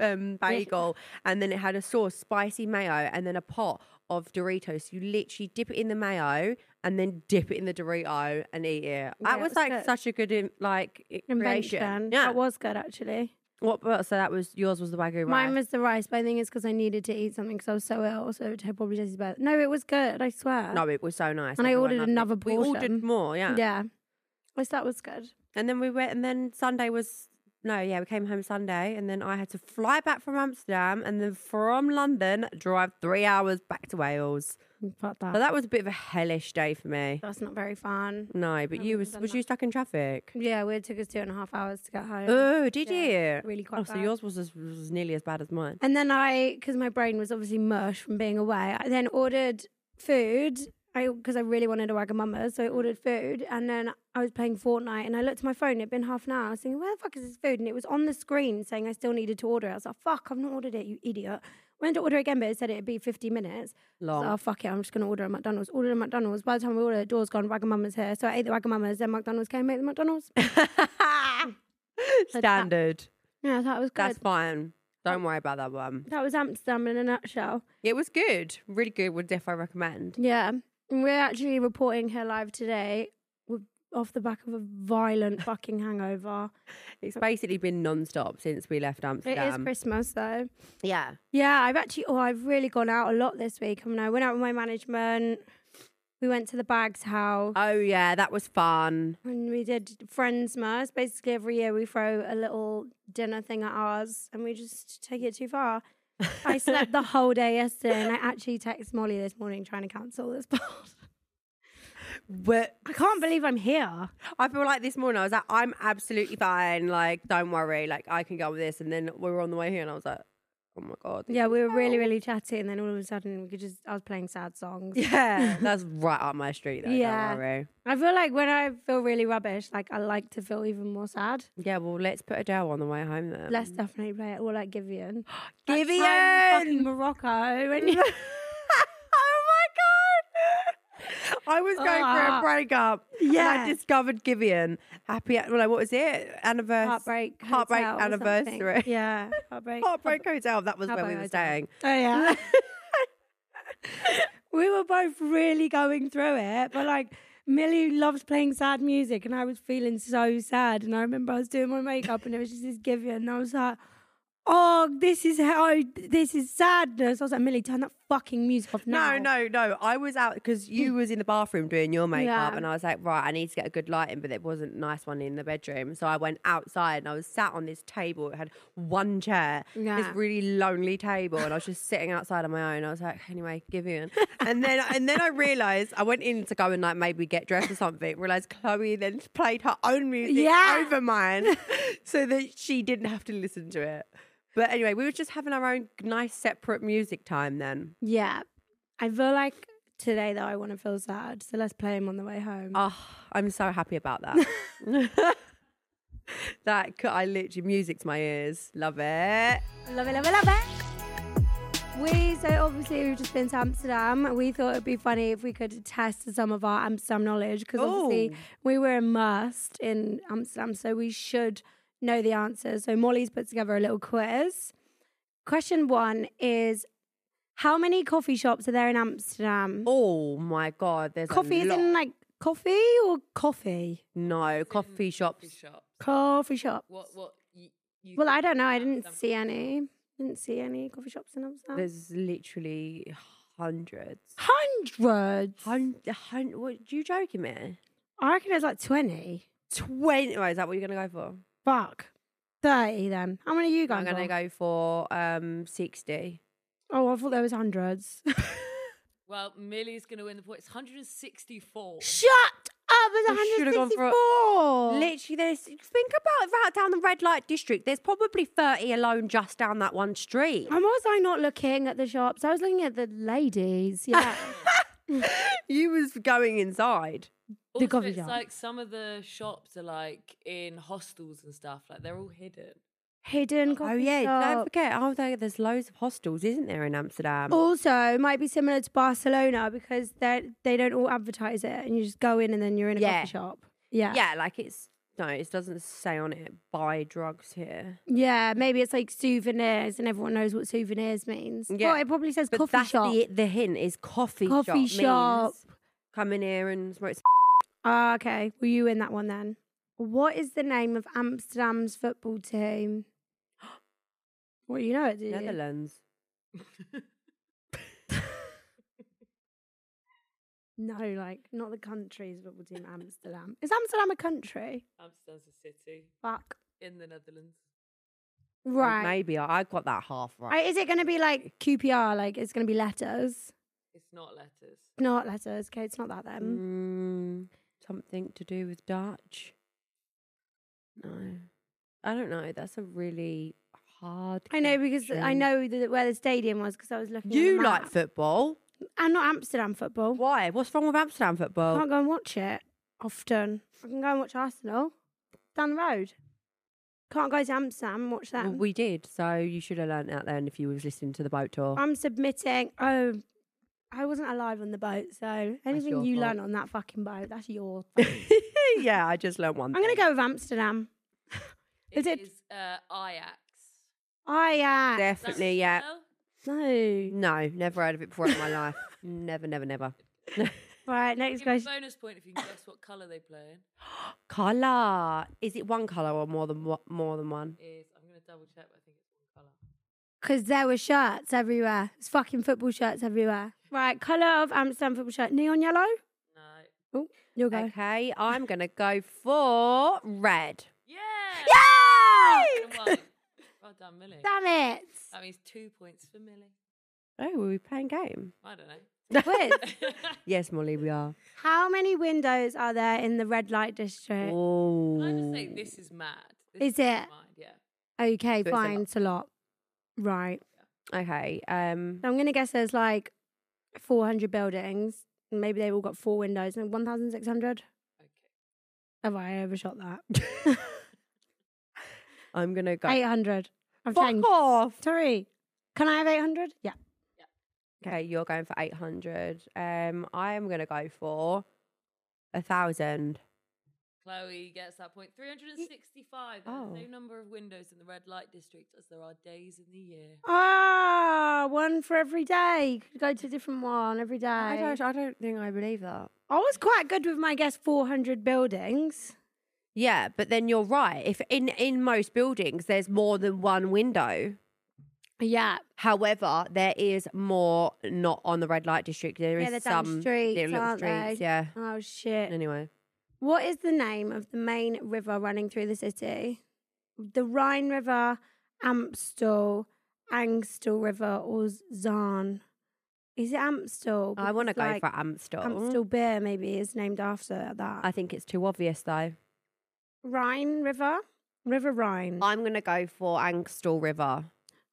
Speaker 2: um, bagel, and then it had a sauce, spicy mayo, and then a pot of Doritos. You literally dip it in the mayo and then dip it in the Dorito and eat it.
Speaker 1: Yeah,
Speaker 2: that
Speaker 1: it
Speaker 2: was,
Speaker 1: was
Speaker 2: like
Speaker 1: good.
Speaker 2: such a good in, like i-
Speaker 1: Invention.
Speaker 2: creation.
Speaker 1: Yeah.
Speaker 2: Yeah.
Speaker 1: That was good, actually.
Speaker 2: what? But, so that was yours was the wagyu rice.
Speaker 1: Mine was the rice, but I think it's because I needed to eat something because I was so ill. So it probably tastes better. No, it was good. I swear.
Speaker 2: no, it was so nice.
Speaker 1: And I
Speaker 2: Everyone
Speaker 1: ordered
Speaker 2: loved it.
Speaker 1: another
Speaker 2: We ordered
Speaker 1: portion.
Speaker 2: more. Yeah.
Speaker 1: Yeah. Yes, that was good.
Speaker 2: And then we went, and then Sunday was no, yeah, we came home Sunday, and then I had to fly back from Amsterdam, and then from London drive three hours back to Wales.
Speaker 1: Fuck that.
Speaker 2: So that was a bit of a hellish day for me.
Speaker 1: That's not very fun.
Speaker 2: No, but you
Speaker 1: wouldn't have
Speaker 2: was
Speaker 1: done
Speaker 2: was you stuck in traffic?
Speaker 1: Yeah, well, it took us two and a half hours to get home.
Speaker 2: Oh, did
Speaker 1: yeah,
Speaker 2: you?
Speaker 1: really quite
Speaker 2: Oh, so
Speaker 1: bad.
Speaker 2: yours was, as, was nearly as bad as mine.
Speaker 1: And then I, because my brain was obviously mush from being away, I then ordered food. I because I really wanted a Wagamama, so I ordered food. And then I was playing Fortnite, and I looked at my phone. It'd been half an hour. I was thinking, where the fuck is this food? And it was on the screen saying I still needed to order. it. I was like, fuck, I've not ordered it, you idiot. Went to order again, but it said it'd be 50 minutes.
Speaker 2: Long.
Speaker 1: So, oh, fuck it, I'm just going to order at McDonald's. Ordered at McDonald's. By the time we ordered, door's gone, Wagamama's here. So I ate the Wagamama's, then McDonald's came, ate the McDonald's.
Speaker 2: Standard.
Speaker 1: yeah, that was good.
Speaker 2: That's fine. Don't worry about that one.
Speaker 1: that was Amsterdam in a nutshell.
Speaker 2: It was good. Really good. Would definitely recommend.
Speaker 1: Yeah. And we're actually reporting her live today with, off the back of a violent fucking hangover.
Speaker 2: It's basically been non-stop since we left
Speaker 1: It is
Speaker 2: Amsterdam.
Speaker 1: Christmas though.
Speaker 2: yeah.
Speaker 1: Yeah, I've actually, oh, I've really gone out a lot this week. I mean, I went out with my management. We went to the Bags house
Speaker 2: Oh yeah, that was fun.
Speaker 1: and we did Friends Mass. Basically, every year we throw a little dinner thing at ours and we just take it too far. I slept the whole day yesterday and I actually text Molly this morning trying to cancel this part.
Speaker 2: But
Speaker 1: I can't believe I'm here.
Speaker 2: I feel like this morning I was like, I'm absolutely fine. Like, don't worry. Like, I can go with this. And then we were on the way here, and I was like, oh my god.
Speaker 1: Yeah, we were
Speaker 2: Oh.
Speaker 1: really, really chatty, and then all of a sudden we could just I was playing sad songs.
Speaker 2: Yeah, that's right up my street. Though,
Speaker 1: Yeah.
Speaker 2: Don't worry.
Speaker 1: I feel like when I feel really rubbish, like I like to feel even more sad.
Speaker 2: Yeah. Well, let's put Adele on the way home then.
Speaker 1: Let's definitely play it. Or like Givian. That time in
Speaker 2: Givian.
Speaker 1: fucking Morocco.
Speaker 2: oh
Speaker 1: And
Speaker 2: my god. I was going for a
Speaker 3: Ah.
Speaker 2: breakup. And
Speaker 1: Yeah.
Speaker 2: I discovered Gibeon. Happy, like, what was it? Anniversary.
Speaker 1: Heartbreak.
Speaker 2: Heartbreak
Speaker 1: Hotel or
Speaker 2: anniversary.
Speaker 1: something. Yeah. Heartbreak.
Speaker 2: Heartbreak Hotel. That was where we
Speaker 1: Heartbreak
Speaker 2: were
Speaker 1: Hotel.
Speaker 2: staying.
Speaker 1: Oh yeah. we were both really going through it, but like Millie loves playing sad music, and I was feeling so sad. And I remember I was doing my makeup, and it was just this Givian, and I was like. Oh, this is how this is sadness. I was like, Millie, turn that fucking music off now. Mm.
Speaker 2: No, no, no. I was out because you was in the bathroom doing your makeup,
Speaker 1: Yeah.
Speaker 2: and I was like, right, I need to get a good lighting, but there wasn't a nice one in the bedroom. So I went outside and I was sat on this table. It had one chair,
Speaker 1: Yeah.
Speaker 2: this really lonely table, and I was just sitting outside on my own. I was like, anyway, give in. And then, and then I realized I went in to go and like maybe get dressed or something. Realized Chloe then played her own music
Speaker 1: Yeah.
Speaker 2: over mine, so that she didn't have to listen to it. But anyway, we were just having our own nice separate music time then.
Speaker 1: Yeah. I feel like today though I want to feel sad. So let's play him on the way home.
Speaker 2: Oh, I'm so happy about that. that c- I literally music's my ears. Love it.
Speaker 1: Love it, love it, love it. We so obviously we've just been to Amsterdam. We thought it'd be funny if we could test some of our Amsterdam knowledge because obviously
Speaker 2: Ooh.
Speaker 1: we were immersed in Amsterdam, so we should know the answers. So Molly's put together a little quiz. Question one is: How many coffee shops are there in Amsterdam?
Speaker 2: Oh my god, there's
Speaker 1: coffee
Speaker 2: a
Speaker 1: is
Speaker 2: lot.
Speaker 1: in like coffee or coffee?
Speaker 2: no coffee shops.
Speaker 3: Coffee shops.
Speaker 1: Coffee shop.
Speaker 3: What? What? You, you
Speaker 1: Well, I
Speaker 3: can
Speaker 1: don't know. I
Speaker 3: find
Speaker 1: didn't
Speaker 3: them.
Speaker 1: see any. Didn't see any coffee shops in Amsterdam.
Speaker 2: There's literally hundreds.
Speaker 1: Hundreds.
Speaker 2: Hun- hun- what, you joking me?
Speaker 1: I reckon it's like 20.
Speaker 2: Twenty. Oh, is that what you're gonna go for?
Speaker 1: Fuck. 30 then. How many are you going
Speaker 2: I'm gonna
Speaker 1: for?
Speaker 2: go for um sixty.
Speaker 1: Oh, I thought there was hundreds.
Speaker 3: Well, Millie's going to win the point. It's 164.
Speaker 1: Shut up! There's
Speaker 2: I should've gone for a-
Speaker 1: 164.
Speaker 2: Literally, there's think about right down the red light district. There's probably thirty alone just down that one street.
Speaker 1: and was I not looking at the shops? I was looking at the ladies. Yeah.
Speaker 2: you was going inside.
Speaker 1: The
Speaker 3: Also,
Speaker 1: coffee
Speaker 3: it's
Speaker 1: shop.
Speaker 3: like some of the shops are like in hostels and stuff. Like they're all hidden.
Speaker 1: Hidden coffee
Speaker 2: Oh yeah, don't
Speaker 1: shop.
Speaker 2: forget. Oh, there- there's loads of hostels, isn't there, in Amsterdam?
Speaker 1: Also, it might be similar to Barcelona because they they don't all advertise it, and you just go in and then you're in a
Speaker 2: Yeah.
Speaker 1: coffee shop. Yeah.
Speaker 2: yeah, like it's no, it doesn't say on it. Buy drugs here.
Speaker 1: Yeah, maybe it's like souvenirs, and everyone knows what souvenirs means. Yeah,
Speaker 2: Yeah.
Speaker 1: well, it probably says
Speaker 2: But
Speaker 1: coffee
Speaker 2: that's
Speaker 1: shop.
Speaker 2: the the hint is coffee shop.
Speaker 1: Coffee shop.
Speaker 2: means Come in here and smoke. s-
Speaker 1: Ah, okay, were you in that one then? What is the name of Amsterdam's football team? Well, you know it, do you?
Speaker 2: Netherlands.
Speaker 1: No, like not the country's football team. Amsterdam is Amsterdam a country?
Speaker 3: Amsterdam's a city
Speaker 1: Fuck.
Speaker 3: in the Netherlands.
Speaker 1: Right.
Speaker 2: Maybe I, I got that half
Speaker 1: I-
Speaker 2: right.
Speaker 1: is it going to be like QPR? Like it's going to be letters?
Speaker 3: It's not letters.
Speaker 1: Not letters. Okay, it's not that then.
Speaker 2: Mm, something to do with Dutch. No, I don't know. That's a really hard.
Speaker 1: I know because I
Speaker 2: question.
Speaker 1: know the, where the stadium was because I was looking. at
Speaker 2: you
Speaker 1: the
Speaker 2: like
Speaker 1: map.
Speaker 2: football.
Speaker 1: And not Amsterdam football.
Speaker 2: Why? What's wrong with Amsterdam
Speaker 1: I
Speaker 2: football?
Speaker 1: can't go and watch it often. I can go and watch Arsenal down the road. Can't go to Amsterdam and watch that.
Speaker 2: Well, we did, so you should have learnt out then if you was listening to the boat tour.
Speaker 1: I'm submitting. Oh, I wasn't alive on the boat, so anything
Speaker 2: your
Speaker 1: you
Speaker 2: fault.
Speaker 1: learn on that fucking boat, that's your.
Speaker 2: yeah, I just learnt one.
Speaker 1: I'm gonna
Speaker 2: thing.
Speaker 1: go with Amsterdam. Is it-
Speaker 3: is uh, Ajax.
Speaker 1: I uh,
Speaker 2: Definitely, yeah.
Speaker 1: no.
Speaker 2: No, never heard of it before in my life. Never, never, never.
Speaker 1: Right, next
Speaker 3: Give a
Speaker 1: question.
Speaker 3: bonus point if you can guess what colour they play in.
Speaker 2: Colour. Is it one colour or more than one, more than one?
Speaker 3: Is I'm going to double check. But I think it's one colour.
Speaker 1: Because there were shirts everywhere. It's fucking football shirts everywhere. Right, colour of Amsterdam football shirt, neon yellow.
Speaker 3: No.
Speaker 1: You'll go.
Speaker 2: Okay, I'm gonna go for red.
Speaker 3: Yeah.
Speaker 1: Yay!
Speaker 3: Well done, well done, Millie.
Speaker 1: Damn it!
Speaker 3: That means two points for Millie.
Speaker 2: Oh, were we playing game?
Speaker 3: I don't know.
Speaker 1: Quiz.
Speaker 2: Yes, Molly, we are.
Speaker 1: How many windows are there in the red light district?
Speaker 2: Oh,
Speaker 3: Can I just say this is mad? This
Speaker 1: Is it?
Speaker 3: Mad, yeah.
Speaker 1: Okay,
Speaker 2: So it's a
Speaker 1: fine,
Speaker 2: lot.
Speaker 1: it's a lot. Right.
Speaker 2: Okay. Um.
Speaker 1: So I'm going to guess there's like 400 buildings. and Maybe they've all got four windows and 1,600.
Speaker 3: Okay.
Speaker 1: Have I overshot that?
Speaker 2: I'm gonna go.
Speaker 1: 800. I've
Speaker 2: Fuck
Speaker 1: changed.
Speaker 2: off.
Speaker 1: Sorry. Can I have 800? Yeah.
Speaker 2: Okay, you're going for 800. Um, I am going to go for a 1,000.
Speaker 3: Chloe gets that point. 365. There are
Speaker 2: Oh.
Speaker 3: the same number of windows in the red light district as there are days in the year.
Speaker 1: Ah, one for every day. You could go to a different one every day.
Speaker 2: I
Speaker 1: I,
Speaker 2: don't, I don't think I believe that.
Speaker 1: was quite good with my guess 400 buildings.
Speaker 2: Yeah, but then you're right. If in, in most buildings, there's more than one window.
Speaker 1: Yeah.
Speaker 2: However, there is more not on the red light district. There
Speaker 1: Yeah,
Speaker 2: is
Speaker 1: they're down
Speaker 2: some
Speaker 1: streets,
Speaker 2: little
Speaker 1: aren't they?
Speaker 2: streets. Yeah.
Speaker 1: Oh, shit.
Speaker 2: Anyway,
Speaker 1: What is the name of the main river running through the city? The Rhine River, Amstel, Angstel River, or Zahn? Is it Amstel?
Speaker 2: I want to
Speaker 1: Because,
Speaker 2: go
Speaker 1: like,
Speaker 2: for Amstel.
Speaker 1: Amstel beer, maybe, is named after that.
Speaker 2: I think it's too obvious though.
Speaker 1: Rhine River? River Rhine.
Speaker 2: I'm gonna go for Amstel River.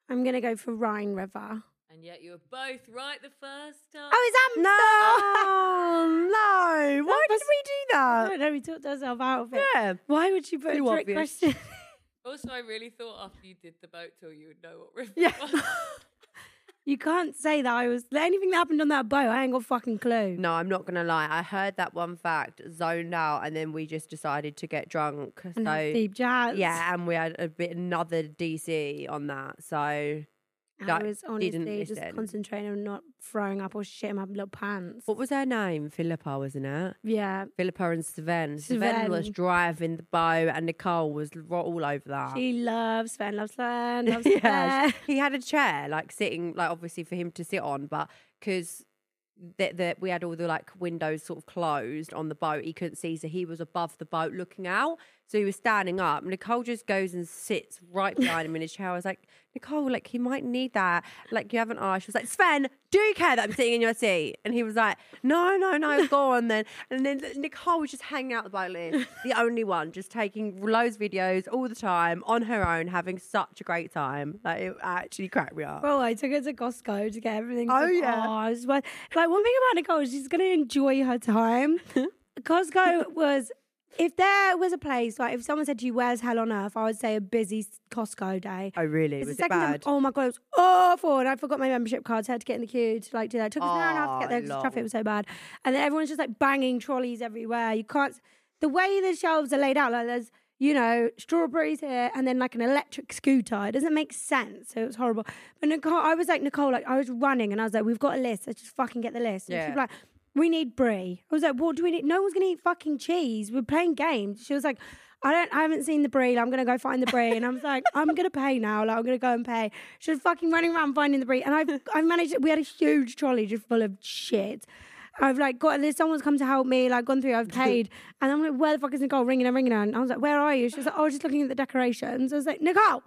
Speaker 1: I'm going to go for Rhine River.
Speaker 3: And yet you were both right the first time.
Speaker 1: Oh, it's Amstel!
Speaker 2: no! Why did we do
Speaker 1: I
Speaker 2: that?
Speaker 1: don't know, we talked ourselves out of it.
Speaker 2: Yeah.
Speaker 1: Why would you put
Speaker 2: Too
Speaker 1: a trick
Speaker 2: obvious.
Speaker 1: question?
Speaker 3: also, I really thought after you did the boat tour, you would know what river
Speaker 2: Yeah.
Speaker 3: it was.
Speaker 1: you can't say that I was anything that happened on that boat. I ain't got a fucking clue.
Speaker 2: No, I'm not gonna lie. I heard that one fact, zoned out, and then we just decided to get drunk.
Speaker 1: And have
Speaker 2: So
Speaker 1: deep jazz.
Speaker 2: yeah, and we had a bit another DC on that. So
Speaker 1: I
Speaker 2: that
Speaker 1: was
Speaker 2: didn't
Speaker 1: honestly just
Speaker 2: listen.
Speaker 1: concentrating on not throwing up or shit in my little pants.
Speaker 2: what was her name? Philippa, wasn't it?
Speaker 1: Yeah,
Speaker 2: Philippa and Sven. Sven was
Speaker 1: Sven.
Speaker 2: driving the boat, and Nicole was ro- all over that.
Speaker 1: she loves Sven, loves Sven, loves
Speaker 2: ah. yeah,
Speaker 1: Sven.
Speaker 2: he had a chair like sitting, like obviously for him to sit on, but because that that we had all the like windows sort of closed on the boat, he couldn't see, so he was above the boat looking out. So he was standing up. Nicole just goes and sits right behind him in his chair. I was like, Nicole, like he might need that. Like you haven't asked. She was like, Sven, do you care that I'm sitting in your seat? And he was like, No, no, no, go on then. And then Nicole was just hanging out the boat, like, the only one, just taking loads of videos all the time on her own, having such a great time. Like it actually cracked me up.
Speaker 1: Bro, I took her to Costco to get everything.
Speaker 2: Oh,
Speaker 1: Oh yeah.
Speaker 2: yeah.
Speaker 1: like one thing about Nicole, she's gonna enjoy her time. Costco was. If there was a place, like if someone said to you, "Where's hell on earth?" I would say a busy Costco day.
Speaker 2: Oh really?
Speaker 1: It's
Speaker 2: was
Speaker 1: the
Speaker 2: it
Speaker 1: second time-
Speaker 2: bad?
Speaker 1: oh my god, it was awful. And I forgot my membership cards. had to get in the queue to like do that. It took us an hour and a half to get
Speaker 2: Oh,
Speaker 1: there because
Speaker 2: lol.
Speaker 1: traffic was so bad. And then everyone's just like banging trolleys everywhere. You can't. The way the shelves are laid out, like there's you know strawberries here and then like an electric scooter. It doesn't make sense. So it was horrible. But Nicole, I was like Nicole, like I was running and I was like, we've got a list. Let's just fucking get the list. And
Speaker 2: Yeah.
Speaker 1: she was like. We need brie. I was like, what do we need? No one's gonna eat fucking cheese. We're playing games. She was like, I don't. I haven't seen the brie. I'm gonna go find the brie, and I was like, I'm gonna pay now. Like I'm gonna go and pay. She was fucking running around finding the brie, and I've I've managed. it. We had a huge trolley just full of shit. I've like got this. Someone's come to help me. Like gone through. I've paid, and I'm like, where the fuck is Nicole? Ringing her, ringing her, and I was like, where are you? She was like, oh, just looking at the decorations. I was like, Nicole,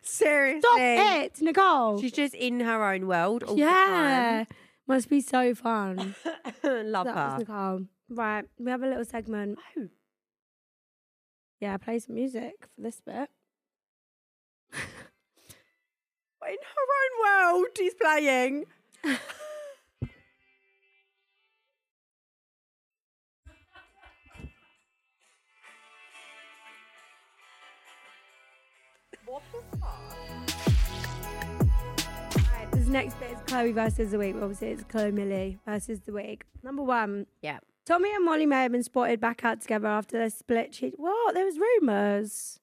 Speaker 2: Seriously.
Speaker 1: stop it, Nicole.
Speaker 2: She's just in her own world. All
Speaker 1: yeah, must be so fun.
Speaker 2: The time. Love
Speaker 1: that was
Speaker 2: her.
Speaker 1: Nicole. Right, we have a little segment.
Speaker 2: Oh.
Speaker 1: Yeah, play some music for this bit.
Speaker 2: But Oh, in her own world, she's playing.
Speaker 1: Right, this next bit is Chloe versus the week. Obviously, it's Chloe Millie versus the week. Number one.
Speaker 2: Yeah.
Speaker 1: Tommy and Molly may have been spotted back out together after their split. She, what? There was rumours.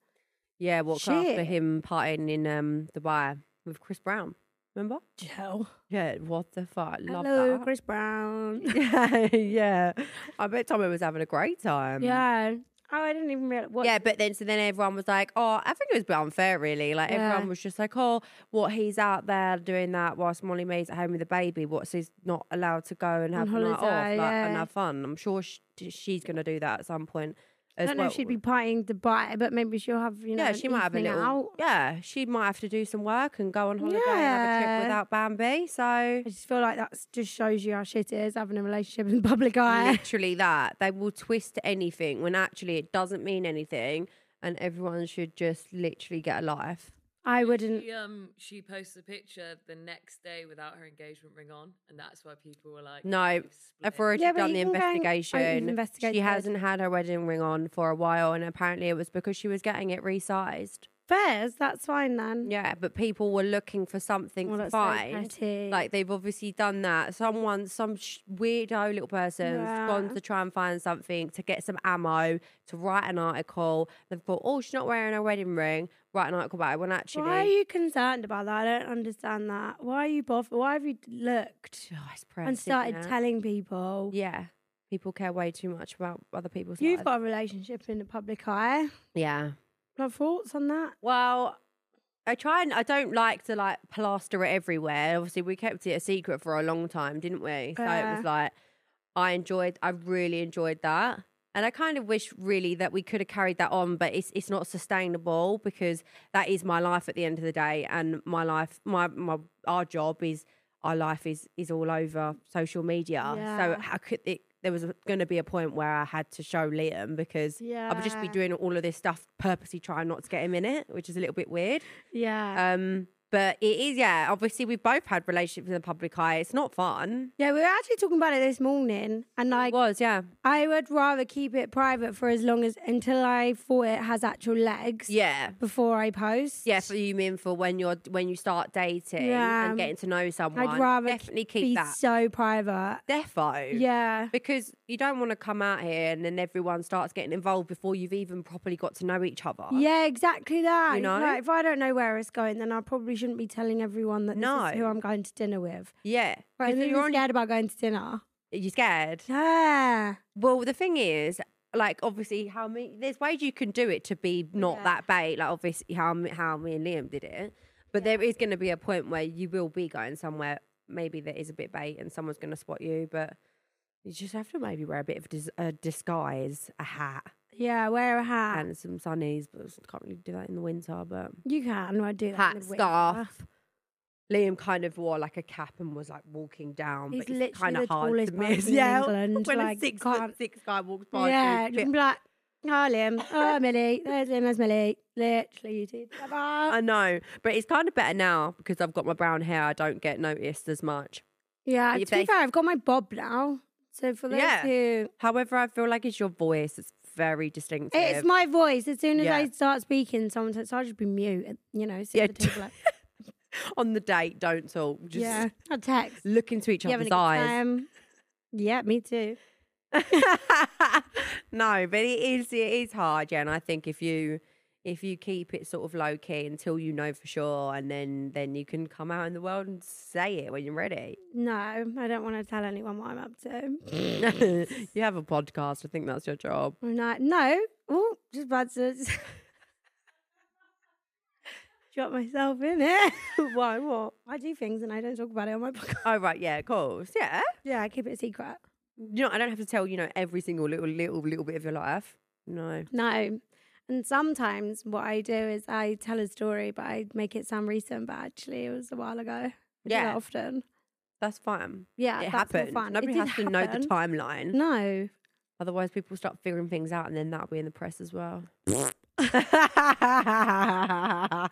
Speaker 2: Yeah, walked after
Speaker 1: Shit.
Speaker 2: him partying in um, Dubai with Chris Brown. Remember?
Speaker 1: Joe.
Speaker 2: Yeah, what the fuck? Love
Speaker 1: Hello,
Speaker 2: that. Um,
Speaker 1: Chris Brown.
Speaker 2: yeah, yeah. I bet Tommy was having a great time.
Speaker 1: yeah. Oh, I didn't even realize. What?
Speaker 2: Yeah, but then so then everyone was like, oh, I think it was a bit unfair, really. Like
Speaker 1: Yeah.
Speaker 2: everyone was just like, oh, what he's out there doing that whilst Molly May's at home with the baby. What's he's not allowed to go and have a night off
Speaker 1: holiday,
Speaker 2: like,
Speaker 1: yeah.
Speaker 2: and have fun. I'm sure sh she's going to do that at some point.
Speaker 1: I
Speaker 2: As
Speaker 1: don't know
Speaker 2: well.
Speaker 1: if she'd be partying Dubai, but maybe she'll have, you know,
Speaker 2: yeah,
Speaker 1: an
Speaker 2: she might have a
Speaker 1: evening
Speaker 2: little.
Speaker 1: out.
Speaker 2: Yeah, she might have to do some work and go on holiday and have a
Speaker 1: Yeah.
Speaker 2: trip without Bambi. So
Speaker 1: I just feel like that just shows you how shit it is having a relationship in public eye.
Speaker 2: literally that they will twist anything when actually it doesn't mean anything, and everyone should just literally get a life.
Speaker 1: I wouldn't.
Speaker 3: She, um, she posts a picture the next day without her engagement ring on, and that's why people were like,
Speaker 2: No,
Speaker 3: "You've split."
Speaker 2: I've already
Speaker 1: Yeah, but you
Speaker 2: done
Speaker 1: can
Speaker 2: the
Speaker 1: go and- oh, you've
Speaker 2: investigation.
Speaker 1: investigated.
Speaker 2: She hasn't had her wedding ring on for a while, and apparently it was because she was getting it resized.
Speaker 1: Bears, that's fine then.
Speaker 2: Yeah, but people were looking for something
Speaker 1: Well,
Speaker 2: to
Speaker 1: that's so
Speaker 2: find.
Speaker 1: petty.
Speaker 2: like they've obviously done that. Someone, some sh- weirdo little person's gone
Speaker 1: Yeah.
Speaker 2: to try and find something to get some ammo to write an article. They've thought, oh, she's not wearing her wedding ring. Write an article about it when actually,
Speaker 1: Why are you concerned about that? I don't understand that. Why are you bothered? Why have you looked
Speaker 2: oh, it's press,
Speaker 1: and
Speaker 2: isn't
Speaker 1: started
Speaker 2: it?
Speaker 1: telling people?
Speaker 2: Yeah, people care way too much about other people's
Speaker 1: You've
Speaker 2: lives.
Speaker 1: got a relationship in the public eye.
Speaker 2: yeah.
Speaker 1: Got thoughts on that?
Speaker 2: Well, I try and I don't like to like plaster it everywhere. Obviously, we kept it a secret for a long time, didn't we? So it
Speaker 1: Yeah.
Speaker 2: was like I enjoyed, I really enjoyed that, and I kind of wish really that we could have carried that on, but it's it's not sustainable because that is my life at the end of the day, and my life, my my our job is our life is is all over social media.
Speaker 1: Yeah.
Speaker 2: So how could it? There was going to be a point where I had to show Liam because I would just be
Speaker 1: Yeah.
Speaker 2: doing all of this stuff purposely trying not to get him in it, which is a little bit weird.
Speaker 1: Yeah.
Speaker 2: Um, but it is, yeah. Obviously, we've both had relationships in the public eye. It's not fun.
Speaker 1: yeah, we were actually talking about it this morning, and like
Speaker 2: It was, yeah,
Speaker 1: I would rather keep it private for as long as until I thought it has actual legs
Speaker 2: yeah,
Speaker 1: before I post.
Speaker 2: yeah. For you mean for when you're when you start dating
Speaker 1: Yeah.
Speaker 2: and getting to know someone,
Speaker 1: I'd rather
Speaker 2: definitely keep
Speaker 1: be
Speaker 2: that
Speaker 1: so private.
Speaker 2: defo.
Speaker 1: Yeah.
Speaker 2: Because you don't want to come out here and then everyone starts getting involved before you've even properly got to know each other.
Speaker 1: Yeah, exactly that.
Speaker 2: You know?
Speaker 1: Like, if I don't know where it's going, then I probably shouldn't be telling everyone that
Speaker 2: No.
Speaker 1: this is who I'm going to dinner with.
Speaker 2: yeah.
Speaker 1: Right,
Speaker 2: 'Cause
Speaker 1: then
Speaker 2: you're
Speaker 1: you're
Speaker 2: on.
Speaker 1: scared about going to dinner.
Speaker 2: You're scared.
Speaker 1: Yeah.
Speaker 2: Well, the thing is, like, obviously, how many there's ways you can do it to be not
Speaker 1: Yeah.
Speaker 2: that bait. Like, obviously, how me- how me and Liam did it, but there is going to be a point where you will be going somewhere. Maybe that is a bit bait, and someone's going to spot you. But you just have to maybe wear a bit of dis- a disguise, a hat,
Speaker 1: Yeah, wear a hat.
Speaker 2: and some sunnies. But s- can't really do that in the winter. But
Speaker 1: you can. I do that. in
Speaker 2: hat,
Speaker 1: the winter.
Speaker 2: scarf. Liam kind of wore like a cap and was like walking down.
Speaker 1: He's
Speaker 2: but it's
Speaker 1: literally
Speaker 2: kind
Speaker 1: the
Speaker 2: of hard
Speaker 1: tallest
Speaker 2: to
Speaker 1: person
Speaker 2: miss.
Speaker 1: in
Speaker 2: Yeah,
Speaker 1: England,
Speaker 2: when
Speaker 1: like,
Speaker 2: a six
Speaker 1: can't-
Speaker 2: foot six guy walks past, you,
Speaker 1: Yeah,
Speaker 2: it's a
Speaker 1: you
Speaker 2: bit
Speaker 1: can be like, oh, Liam. Oh, Millie. There's Liam. There's Millie. Literally, you did. Bye-bye.
Speaker 2: I know, but it's kind of better now because I've got my brown hair. I don't get noticed as much.
Speaker 1: Yeah,
Speaker 2: Your
Speaker 1: to be
Speaker 2: face-
Speaker 1: fair, I've got my bob now. So for those
Speaker 2: Yeah.
Speaker 1: who.
Speaker 2: However, I feel like it's your voice. It's very distinctive.
Speaker 1: It's my voice. As soon as
Speaker 2: Yeah.
Speaker 1: I start speaking, someone says, I'll just be mute. You know, sit
Speaker 2: Yeah.
Speaker 1: at the table like,
Speaker 2: On the date, don't talk. Just
Speaker 1: yeah. I text.
Speaker 2: look into each
Speaker 1: You having a
Speaker 2: other's
Speaker 1: good
Speaker 2: eyes.
Speaker 1: time? Yeah, me too.
Speaker 2: no, but it is it is hard, yeah. And I think if you if you keep it sort of low key until you know for sure, and then then you can come out in the world and say it when you're ready.
Speaker 1: No, I don't want to tell anyone what I'm up to.
Speaker 2: you have a podcast. I think that's your job.
Speaker 1: I'm like, no. Oh, just about to drop myself in it.
Speaker 2: Why? What?
Speaker 1: I do things and I don't talk about it on my podcast.
Speaker 2: Oh right, yeah, of course, yeah.
Speaker 1: Yeah, I keep it a secret.
Speaker 2: you know, I don't have to tell you know every single little little little bit of your life. No.
Speaker 1: No. And sometimes what I do is I tell a story, but I make it sound recent, but actually it was a while ago. I do that
Speaker 2: Yeah.
Speaker 1: often.
Speaker 2: That's fine.
Speaker 1: Yeah, that's
Speaker 2: It
Speaker 1: more
Speaker 2: happened.
Speaker 1: fun. It
Speaker 2: Nobody
Speaker 1: did
Speaker 2: has to know the
Speaker 1: happen.
Speaker 2: timeline.
Speaker 1: No.
Speaker 2: Otherwise, people start figuring things out, and then that'll be in the press as well. Ah,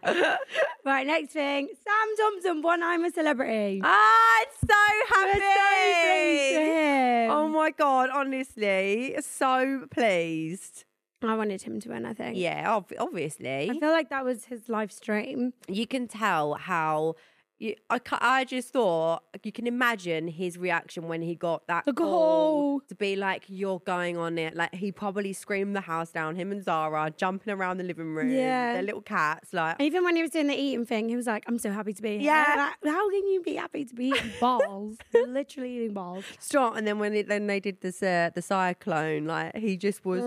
Speaker 1: Right, next thing. Sam Thompson, one I'm a celebrity.
Speaker 2: ah, it's so
Speaker 1: We're so pleased for
Speaker 2: happy.
Speaker 1: him.
Speaker 2: oh my god, honestly, so pleased.
Speaker 1: I wanted him to win, I think.
Speaker 2: Yeah, ob- obviously.
Speaker 1: I feel like that was his live stream.
Speaker 2: you can tell how you, I, ca- I just thought you can imagine his reaction when he got that
Speaker 1: The goal.
Speaker 2: call to be like you're going on it like he probably screamed the house down him and Zara jumping around the living room
Speaker 1: Yeah.
Speaker 2: their little cats like
Speaker 1: Even when he was doing the eating thing, he was like, I'm so happy to be here.
Speaker 2: Yeah.
Speaker 1: Like, how can you be happy to be eating balls? Literally eating balls.
Speaker 2: stop and then when it, then they did this uh, the cyclone like he just was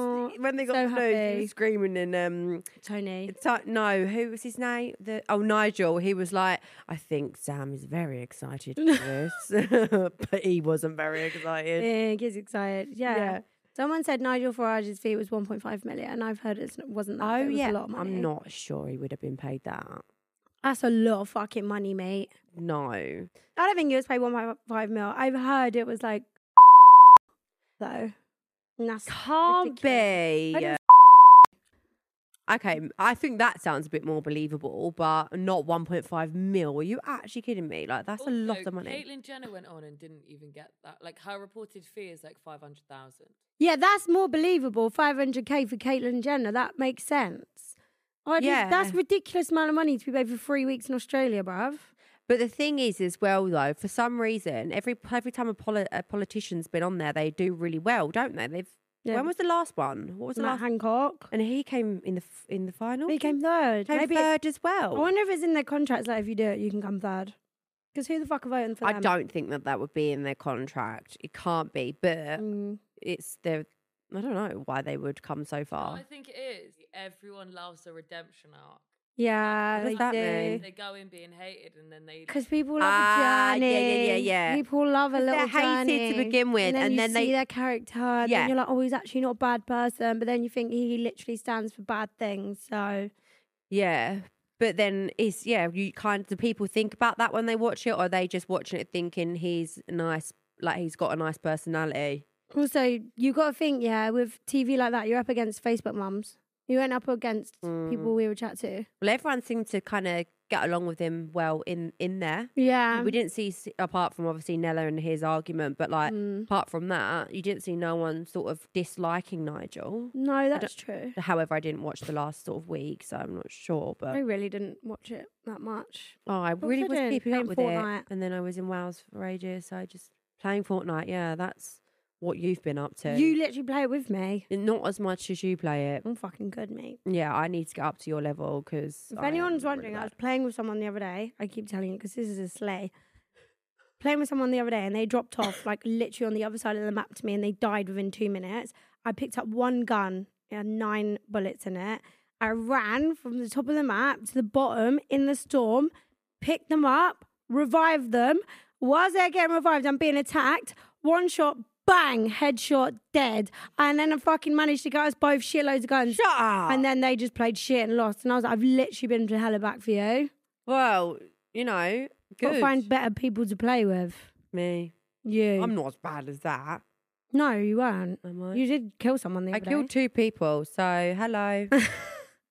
Speaker 1: Mm,
Speaker 2: when they got
Speaker 1: so
Speaker 2: the news, he
Speaker 1: happy.
Speaker 2: was screaming and um
Speaker 1: Tony.
Speaker 2: So, no, who was his name? The, oh, Nigel. He was like, I think Sam is very excited for this, but he wasn't very excited.
Speaker 1: Yeah, gets excited. Yeah.
Speaker 2: Yeah.
Speaker 1: Someone said Nigel Farage's fee was 1.5 million, and I've heard it wasn't that. but it was a lot of money.
Speaker 2: Oh, I'm not sure he would have been paid that.
Speaker 1: That's a lot of fucking money, mate.
Speaker 2: No,
Speaker 1: I don't think he was paid 1.5 mil. I've heard it was like though. And that's
Speaker 2: can't
Speaker 1: ridiculous.
Speaker 2: be.
Speaker 1: I don't
Speaker 2: Okay, m- I think that sounds a bit more believable, but not 1.5 mil. Are you actually kidding me? Like that's a lot
Speaker 3: Also,
Speaker 2: of money.
Speaker 3: Caitlyn Jenner went on and didn't even get that. Like her reported fee is like five hundred thousand.
Speaker 1: Yeah, that's more believable. 500k for Caitlyn Jenner. That makes sense. I mean,
Speaker 2: Yeah.
Speaker 1: That's ridiculous amount of money to be paid for three weeks in Australia, bruv.
Speaker 2: But the thing is, as well, though, for some reason, every every time a, poli- a politician's been on there, they do really well, don't they? They've.
Speaker 1: Yeah.
Speaker 2: When was the last one? What was the
Speaker 1: Matt
Speaker 2: last?
Speaker 1: Hancock.
Speaker 2: and he came in the f- in the final.
Speaker 1: He came third.
Speaker 2: Came
Speaker 1: Maybe
Speaker 2: third as
Speaker 1: I
Speaker 2: well.
Speaker 1: wonder if it's in their contracts. Like, if you do it, you can come third. Because who the fuck are voting for
Speaker 2: I
Speaker 1: them?
Speaker 2: don't think that that would be in their contract. It can't be, but
Speaker 1: Mm.
Speaker 2: it's their. I don't know why they would come so
Speaker 1: Oh,
Speaker 3: But
Speaker 2: far.
Speaker 3: I think it is. Everyone loves a redemption arc.
Speaker 1: Yeah,
Speaker 2: What does
Speaker 1: they
Speaker 2: that
Speaker 1: do.
Speaker 2: mean?
Speaker 3: They go in being hated and then they.
Speaker 1: Because people love a
Speaker 2: Ah, yeah,
Speaker 1: journey.
Speaker 2: yeah, yeah, yeah.
Speaker 1: People love a
Speaker 2: They're
Speaker 1: little
Speaker 2: hated to
Speaker 1: journey.
Speaker 2: begin
Speaker 1: and
Speaker 2: with,
Speaker 1: then
Speaker 2: and
Speaker 1: you
Speaker 2: then
Speaker 1: see
Speaker 2: they-
Speaker 1: their character. And
Speaker 2: Yeah.
Speaker 1: then you're like, oh, he's actually not a bad person, but then you think he literally stands for bad things. So
Speaker 2: Yeah, but then it's yeah. You kind do people think about that when they watch it, or are they just watching it thinking he's nice, like he's got a nice personality?
Speaker 1: also you got to think, yeah, with TV like that, you're up against Facebook mums. You went up against
Speaker 2: Mm.
Speaker 1: people we would chat to.
Speaker 2: Well, everyone seemed to kind of get along with him well in in there.
Speaker 1: Yeah,
Speaker 2: we didn't see s- apart from obviously Nella and his argument, but like
Speaker 1: Mm.
Speaker 2: apart from that, you didn't see no one sort of disliking Nigel.
Speaker 1: no, that's true.
Speaker 2: However, I didn't watch the last sort of week, so I'm not sure.
Speaker 1: I
Speaker 2: But
Speaker 1: really didn't watch it that much.
Speaker 2: oh, I
Speaker 1: was
Speaker 2: really
Speaker 1: I
Speaker 2: was
Speaker 1: doing?
Speaker 2: keeping up
Speaker 1: Playing
Speaker 2: with
Speaker 1: Fortnite.
Speaker 2: it, and then I was in Wales for ages, so I just playing Fortnite. Yeah, that's what you've been up to.
Speaker 1: You literally play it with me.
Speaker 2: not as much as you play it.
Speaker 1: I'm fucking good, mate.
Speaker 2: Yeah, I need to get up to your level because
Speaker 1: If anyone's wondering, I was playing with someone the other day. I keep telling you because this is a sleigh. Playing with someone the other day, and they dropped off like literally on the other side of the map to me, and they died within two minutes. I picked up one gun, it had nine bullets in it. I ran from the top of the map to the bottom in the storm, picked them up, revived them. Was they getting revived? I'm being attacked. One shot, bang, headshot, dead. And then I fucking managed to get us both shitloads of guns.
Speaker 2: shut up.
Speaker 1: And then they just played shit and lost. And I was like, I've literally been to hella back for you.
Speaker 2: well, you know,
Speaker 1: Got
Speaker 2: good.
Speaker 1: to find better people to play with.
Speaker 2: me.
Speaker 1: You.
Speaker 2: I'm not as bad as that.
Speaker 1: no, you weren't.
Speaker 2: Am I?
Speaker 1: You did kill someone the
Speaker 2: I
Speaker 1: other
Speaker 2: killed
Speaker 1: day.
Speaker 2: two people, so hello.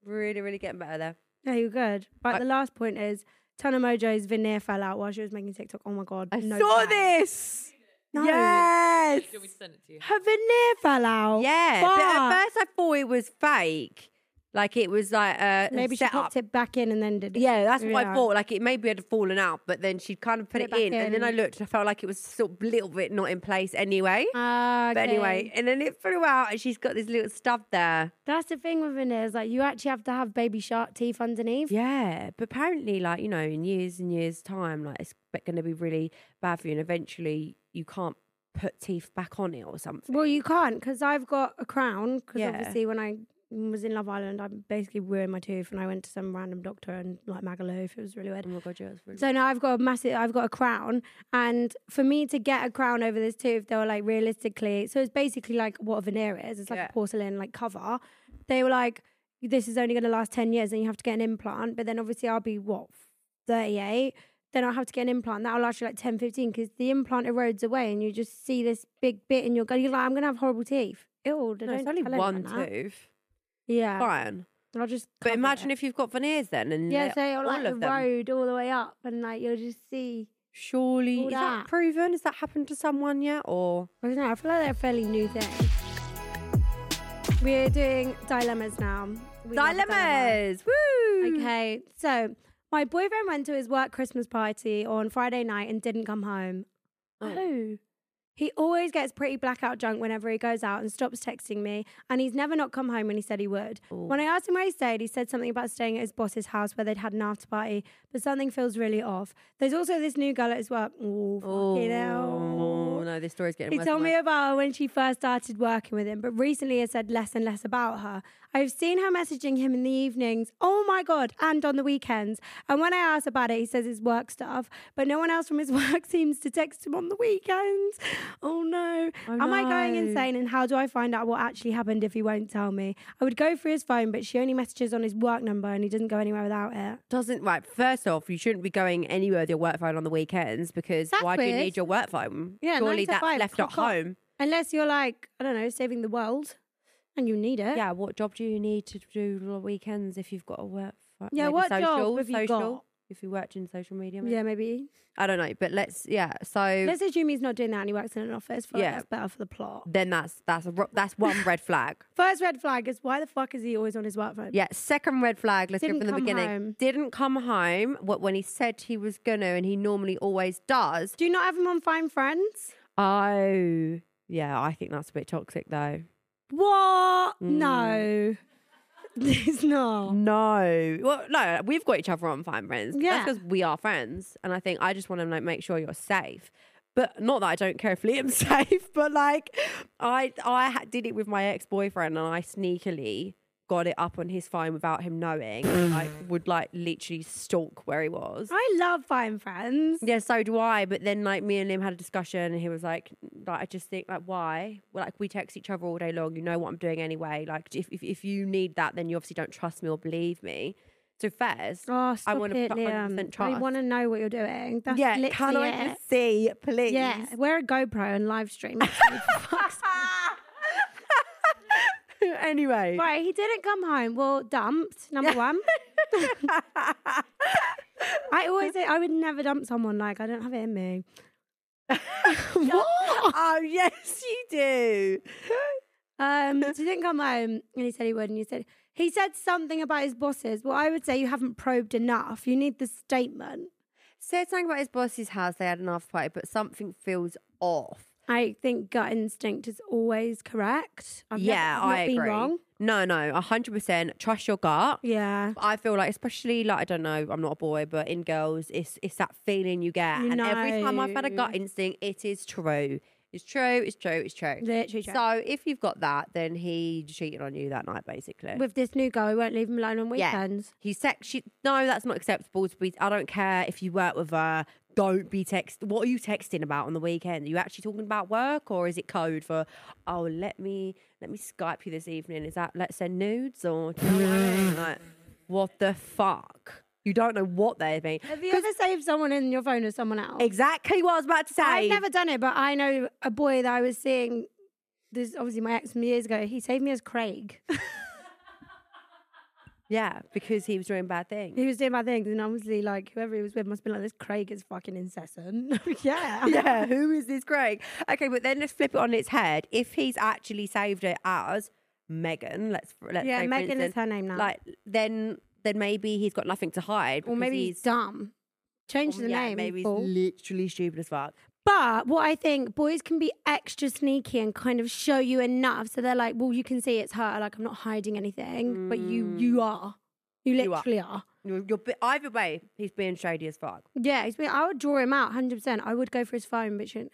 Speaker 2: really, really getting better there.
Speaker 1: Yeah, you're good. But
Speaker 2: I-
Speaker 1: the last point is Tana Mojo's veneer fell out while she was making TikTok. Oh my God. no way.
Speaker 2: this.
Speaker 1: No.
Speaker 2: Yes.
Speaker 3: Do you want me to send it to you?
Speaker 1: Her veneer fell out.
Speaker 2: Yeah, but at
Speaker 1: Fuck.
Speaker 2: first I thought it was fake. Like it was like uh, a
Speaker 1: Maybe she
Speaker 2: set
Speaker 1: popped
Speaker 2: up.
Speaker 1: it back in and then did it.
Speaker 2: Yeah, that's what
Speaker 1: Yeah.
Speaker 2: I thought. Like it maybe had fallen out, but then she'd kind of put,
Speaker 1: Put
Speaker 2: it,
Speaker 1: it back
Speaker 2: in, and then I
Speaker 1: in.
Speaker 2: looked and I felt like it was sort of a little bit not in place anyway.
Speaker 1: Ah,
Speaker 2: But
Speaker 1: okay.
Speaker 2: anyway, and then it flew out, and she's got this little stub there.
Speaker 1: That's the thing with veneers. Like, you actually have to have baby shark teeth underneath.
Speaker 2: Yeah, but apparently, like you know, in years and years' time, like it's going to be really bad for you, and eventually you can't put teeth back on it or something.
Speaker 1: Well, you can't because I've got a crown. Because
Speaker 2: Yeah.
Speaker 1: obviously, when I was in Love Island, I basically ruined my tooth, and I went to some random doctor and like Magaluf. It was really weird.
Speaker 2: Oh my god, yeah, it's really
Speaker 1: So now I've got a massive, I've got a crown, and for me to get a crown over this tooth, they were like realistically. So it's basically like what a veneer is. It's like
Speaker 2: Yeah.
Speaker 1: a porcelain like cover. They were like, this is only going to last ten years, and you have to get an implant. But then obviously I'll be what thirty eight. Then I'll have to get an implant. That'll last you like 10, 15 because the implant erodes away and you just see this big bit in your gut. You're like, I'm going to have horrible teeth. Ew, they
Speaker 2: no, it's
Speaker 1: don't
Speaker 2: only
Speaker 1: tell anyone
Speaker 2: one
Speaker 1: that.
Speaker 2: tooth.
Speaker 1: Yeah.
Speaker 2: Fine,
Speaker 1: I'll just.
Speaker 2: but
Speaker 1: cover
Speaker 2: imagine
Speaker 1: it.
Speaker 2: if you've got veneers then, and
Speaker 1: Yeah,
Speaker 2: they-
Speaker 1: so it'll
Speaker 2: all
Speaker 1: like
Speaker 2: of them.
Speaker 1: erode all the way up and like you'll just see.
Speaker 2: Surely
Speaker 1: All
Speaker 2: is that
Speaker 1: that.
Speaker 2: proven? Has that happened to someone yet? Or
Speaker 1: I don't know. I feel like they're a fairly new thing. We're doing dilemmas now. We love a dilemma.
Speaker 2: dilemmas? Hmm. Woo!
Speaker 1: Okay, so my boyfriend went to his work Christmas party on Friday night and didn't come home.
Speaker 2: Oh.
Speaker 1: Oh. He always gets pretty blackout drunk whenever he goes out and stops texting me, and he's never not come home when he said he would. When I asked him where he stayed, he said something about staying at his boss's house where they'd had an after party, but something feels really off. There's also this new girl at his work. Oh, fucking
Speaker 2: Oh
Speaker 1: hell.
Speaker 2: no, this story's getting
Speaker 1: He
Speaker 2: worse.
Speaker 1: told
Speaker 2: and
Speaker 1: me
Speaker 2: worse.
Speaker 1: about her when she first started working with him, but recently has said less and less about her. I've seen her messaging him in the evenings, oh my God, and on the weekends. And when I ask about it, he says it's work stuff, but no one else from his work seems to text him on the weekends. Oh no.
Speaker 2: Oh,
Speaker 1: Am I going
Speaker 2: no.
Speaker 1: insane? And how do I find out what actually happened if he won't tell me? I would go through his phone, but she only messages on his work number and he doesn't go anywhere without it.
Speaker 2: doesn't right. First off, you shouldn't be going anywhere with your work phone on the weekends because
Speaker 1: That's
Speaker 2: why do you
Speaker 1: weird.
Speaker 2: need your work phone?
Speaker 1: Yeah,
Speaker 2: surely
Speaker 1: nine to
Speaker 2: that's
Speaker 1: five,
Speaker 2: left at
Speaker 1: cock up.
Speaker 2: home.
Speaker 1: Unless you're like, I don't know, saving the world and you need it.
Speaker 2: Yeah, what job do you need to do on the weekends if you've got a work? phone?
Speaker 1: Yeah,
Speaker 2: Maybe
Speaker 1: what
Speaker 2: social,
Speaker 1: job have you
Speaker 2: social?
Speaker 1: got?
Speaker 2: if you worked in social media. Maybe?
Speaker 1: Yeah, maybe.
Speaker 2: I don't know, but let's yeah. So
Speaker 1: Let's assume he's not doing that and he works in an office. For yeah.
Speaker 2: Yeah.
Speaker 1: That's better for the plot.
Speaker 2: then that's that's a, ro- that's one red flag.
Speaker 1: First red flag is why the fuck is he always on his work phone?
Speaker 2: Yeah, second red flag. Let's
Speaker 1: Didn't
Speaker 2: go from the
Speaker 1: come
Speaker 2: beginning.
Speaker 1: home.
Speaker 2: Didn't come home. What when he said he was gonna, and he normally always does.
Speaker 1: Do you not have him on Fine Friends?
Speaker 2: Oh, yeah. I think that's a bit toxic, though.
Speaker 1: What? Mm. No. He's not.
Speaker 2: Mm. No, well, no. We've got each other on fine friends.
Speaker 1: Yeah.
Speaker 2: Yeah, because we are friends, and I think I just want to like make sure you're safe. But not that I don't care if Liam's safe, but like I I ha- did it with my ex boyfriend, and I sneakily got it up on his phone without him knowing. I would like literally stalk where he was.
Speaker 1: I love Fine Friends.
Speaker 2: Yeah, so do I. But then, like, me and Liam had a discussion, and he was like, like I just think, like, why? Well, like, we text each other all day long. You know what I'm doing anyway. Like, if, if, if you need that, then you obviously don't trust me or believe me. So, Fez,
Speaker 1: Oh, stop
Speaker 2: wanna
Speaker 1: it,
Speaker 2: put
Speaker 1: Liam.
Speaker 2: 100%
Speaker 1: I
Speaker 2: trust.
Speaker 1: want to know what you're doing. That's
Speaker 2: yeah,
Speaker 1: literally
Speaker 2: can I
Speaker 1: it.
Speaker 2: just see, please?
Speaker 1: Yeah, wear a GoPro and live stream. it to me, for fuck's sake.
Speaker 2: anyway.
Speaker 1: right, he didn't come home. Well, dumped number one. I always say I would never dump someone. Like I don't have it in me. what?
Speaker 2: Oh, yes, you do.
Speaker 1: Um, so he didn't come home, and he said he would, and you said he said something about his bosses. Well, I would say you haven't probed enough. You need the statement.
Speaker 2: Said something about his boss's house. They had an after party, but something feels off.
Speaker 1: I think gut instinct is always correct. I've never-
Speaker 2: yeah,
Speaker 1: I've not
Speaker 2: I
Speaker 1: been
Speaker 2: agree.
Speaker 1: wrong.
Speaker 2: No, no, 100%. Trust your gut.
Speaker 1: Yeah.
Speaker 2: I feel like, especially like I don't know, I'm not a boy, but in girls, it's it's that feeling you get,
Speaker 1: You
Speaker 2: and every time I've had a
Speaker 1: know.
Speaker 2: gut instinct, it is true. It's true. It's true. It's true.
Speaker 1: Literally true.
Speaker 2: So if you've got that, then he cheated on you that night, basically.
Speaker 1: With this new girl, we won't leave him alone on
Speaker 2: Yeah.
Speaker 1: weekends.
Speaker 2: he sex. She, no, that's not acceptable. To be, I don't care if you work with her. Don't be text. What are you texting about on the weekend? Are you actually talking about work, or is it code for? Oh, let me let me Skype you this evening. Is that let's send nudes or? do you know what I mean? Like, what the fuck? You don't know what they've been.
Speaker 1: Have you ever saved someone in your phone or someone else?
Speaker 2: Exactly what I was about to say.
Speaker 1: I've never done it, but I know a boy that I was seeing. This obviously my ex from years ago. He saved me as Craig.
Speaker 2: yeah, because he was doing bad things.
Speaker 1: he was doing my things, and obviously, like whoever he was with must have been like, "This Craig is fucking incessant." yeah,
Speaker 2: yeah, who is this Greg? Okay, but then let's flip it on its head. If he's actually saved it as Megan, let's let's
Speaker 1: yeah.
Speaker 2: say, for
Speaker 1: Megan is
Speaker 2: instance,
Speaker 1: her name now,
Speaker 2: like then then maybe he's got nothing to hide.
Speaker 1: or
Speaker 2: because Oh,
Speaker 1: maybe he's, dumb. Change the
Speaker 2: yeah,
Speaker 1: name.
Speaker 2: Maybe
Speaker 1: Maybe
Speaker 2: he's literally stupid as fuck.
Speaker 1: but what I think boys can be extra sneaky and kind of show you enough, so they're like, "Well, you can see it's her. Like I'm not hiding anything, but you you are. You
Speaker 2: Mm. You are.
Speaker 1: literally are.
Speaker 2: You're, you're bi- either way, he's being shady as fuck.
Speaker 1: Yeah, he's been, I would draw him out 100%. I would go for his phone, but shouldn't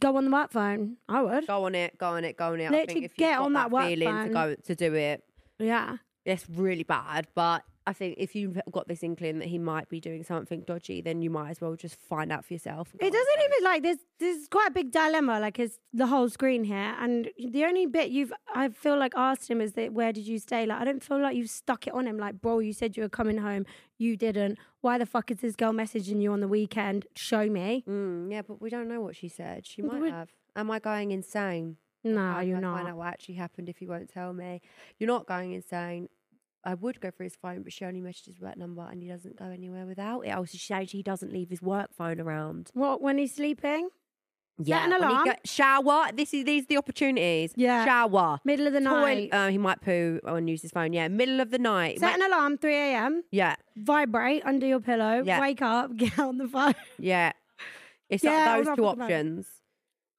Speaker 1: go on the work phone. I would.
Speaker 2: Go on it, go on it, go on it. I
Speaker 1: Literally
Speaker 2: think if
Speaker 1: get
Speaker 2: you've got
Speaker 1: on that
Speaker 2: that,
Speaker 1: work
Speaker 2: feeling
Speaker 1: phone.
Speaker 2: to go to do it,
Speaker 1: Yeah.
Speaker 2: it's really bad. But I think if you've got this inkling that he might be doing something dodgy, then you might as well just find out for yourself. and
Speaker 1: It
Speaker 2: go on.
Speaker 1: doesn't even like this. This is quite a big dilemma. Like, it's the whole screen here, and the only bit you've I feel like asked him is that where did you stay? Like, I don't feel like you've stuck it on him. Like, bro, you said you were coming home, you didn't. Why the fuck is this girl messaging you on the weekend? Show me.
Speaker 2: Mm, yeah, but we don't know what she said. She
Speaker 1: But
Speaker 2: might
Speaker 1: we-
Speaker 2: have. Am I going insane?
Speaker 1: No,
Speaker 2: How
Speaker 1: you're
Speaker 2: can I Find
Speaker 1: not.
Speaker 2: out what actually happened if you won't tell me. You're not going insane. I would go for his phone, but she only messages work number, and he doesn't go anywhere without it. Also, she says he doesn't leave his work phone around.
Speaker 1: What when he's sleeping? Set an
Speaker 2: when he
Speaker 1: alarm.
Speaker 2: go- shower. This is these are the opportunities.
Speaker 1: Yeah.
Speaker 2: shower.
Speaker 1: Middle of the night.
Speaker 2: Toilet. Uh, he might poo and use his phone. Yeah, middle of the night.
Speaker 1: Set
Speaker 2: Ma-
Speaker 1: an alarm, 3 a.m.
Speaker 2: yeah,
Speaker 1: Vibrate under your pillow.
Speaker 2: Yeah.
Speaker 1: Wake up. Get on the phone.
Speaker 2: yeah. It's
Speaker 1: Yeah, I
Speaker 2: like
Speaker 1: was
Speaker 2: those
Speaker 1: up
Speaker 2: two
Speaker 1: at the moment.
Speaker 2: options,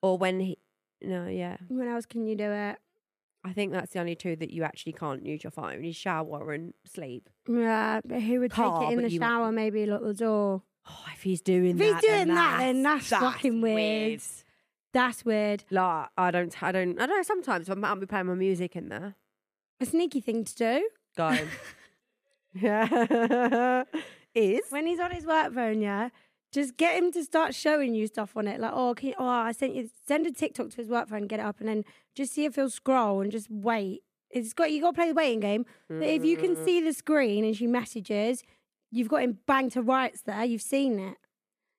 Speaker 2: or when he. No, yeah.
Speaker 1: When else can you do it?
Speaker 2: I think that's the only two that you actually can't use your phone. You shower and sleep.
Speaker 1: Yeah, but who would
Speaker 2: Car,
Speaker 1: take it in
Speaker 2: but
Speaker 1: the
Speaker 2: you-
Speaker 1: shower? Maybe lock the door.
Speaker 2: Oh, if he's doing
Speaker 1: If
Speaker 2: that,
Speaker 1: he's doing
Speaker 2: then
Speaker 1: that,
Speaker 2: that's,
Speaker 1: then that's fucking weird. That's weird.
Speaker 2: Like, I don't, I don't, I don't know. Sometimes I might be playing my music in there.
Speaker 1: A sneaky thing to do
Speaker 2: Go. yeah. Is
Speaker 1: when he's on his work phone. Yeah, just get him to start showing you stuff on it. Like, oh, can you, oh, I sent you send a TikTok to his work phone, get it up, and then just see if he'll scroll and just wait. It's got you got to play the waiting game. But if you
Speaker 2: Mm.
Speaker 1: can see the screen and she messages, you've got him bang to rights there. You've seen it.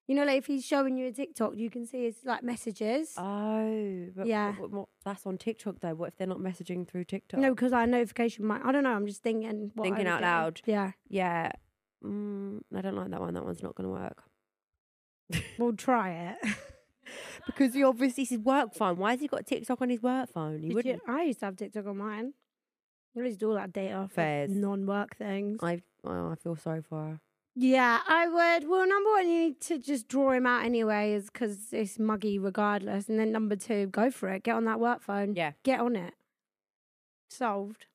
Speaker 1: You know, like if he's showing you a TikTok, you can see his like messages.
Speaker 2: Oh, but
Speaker 1: Yeah.
Speaker 2: What, what- what- that's on TikTok though. What if they're not messaging through TikTok?
Speaker 1: No, because our notification might. I don't know. I'm just thinking. What I
Speaker 2: Thinking
Speaker 1: would
Speaker 2: out
Speaker 1: do.
Speaker 2: loud.
Speaker 1: Yeah.
Speaker 2: Yeah. mm, I don't like that one. That one's not going to work.
Speaker 1: We'll try it.
Speaker 2: Because he obviously, this is work phone. Why has he got TikTok on his work phone? He
Speaker 1: Did
Speaker 2: wouldn't.
Speaker 1: you- I used to have TikTok on mine. I used to do all that data for
Speaker 2: Fairs.
Speaker 1: non-work things.
Speaker 2: I, oh, I feel sorry for her.
Speaker 1: Yeah, I would. Well, number one, you need to just draw him out anyway, is because it's muggy regardless. And then number two, go for it. Get on that work phone.
Speaker 2: Yeah.
Speaker 1: Get on it. Solved.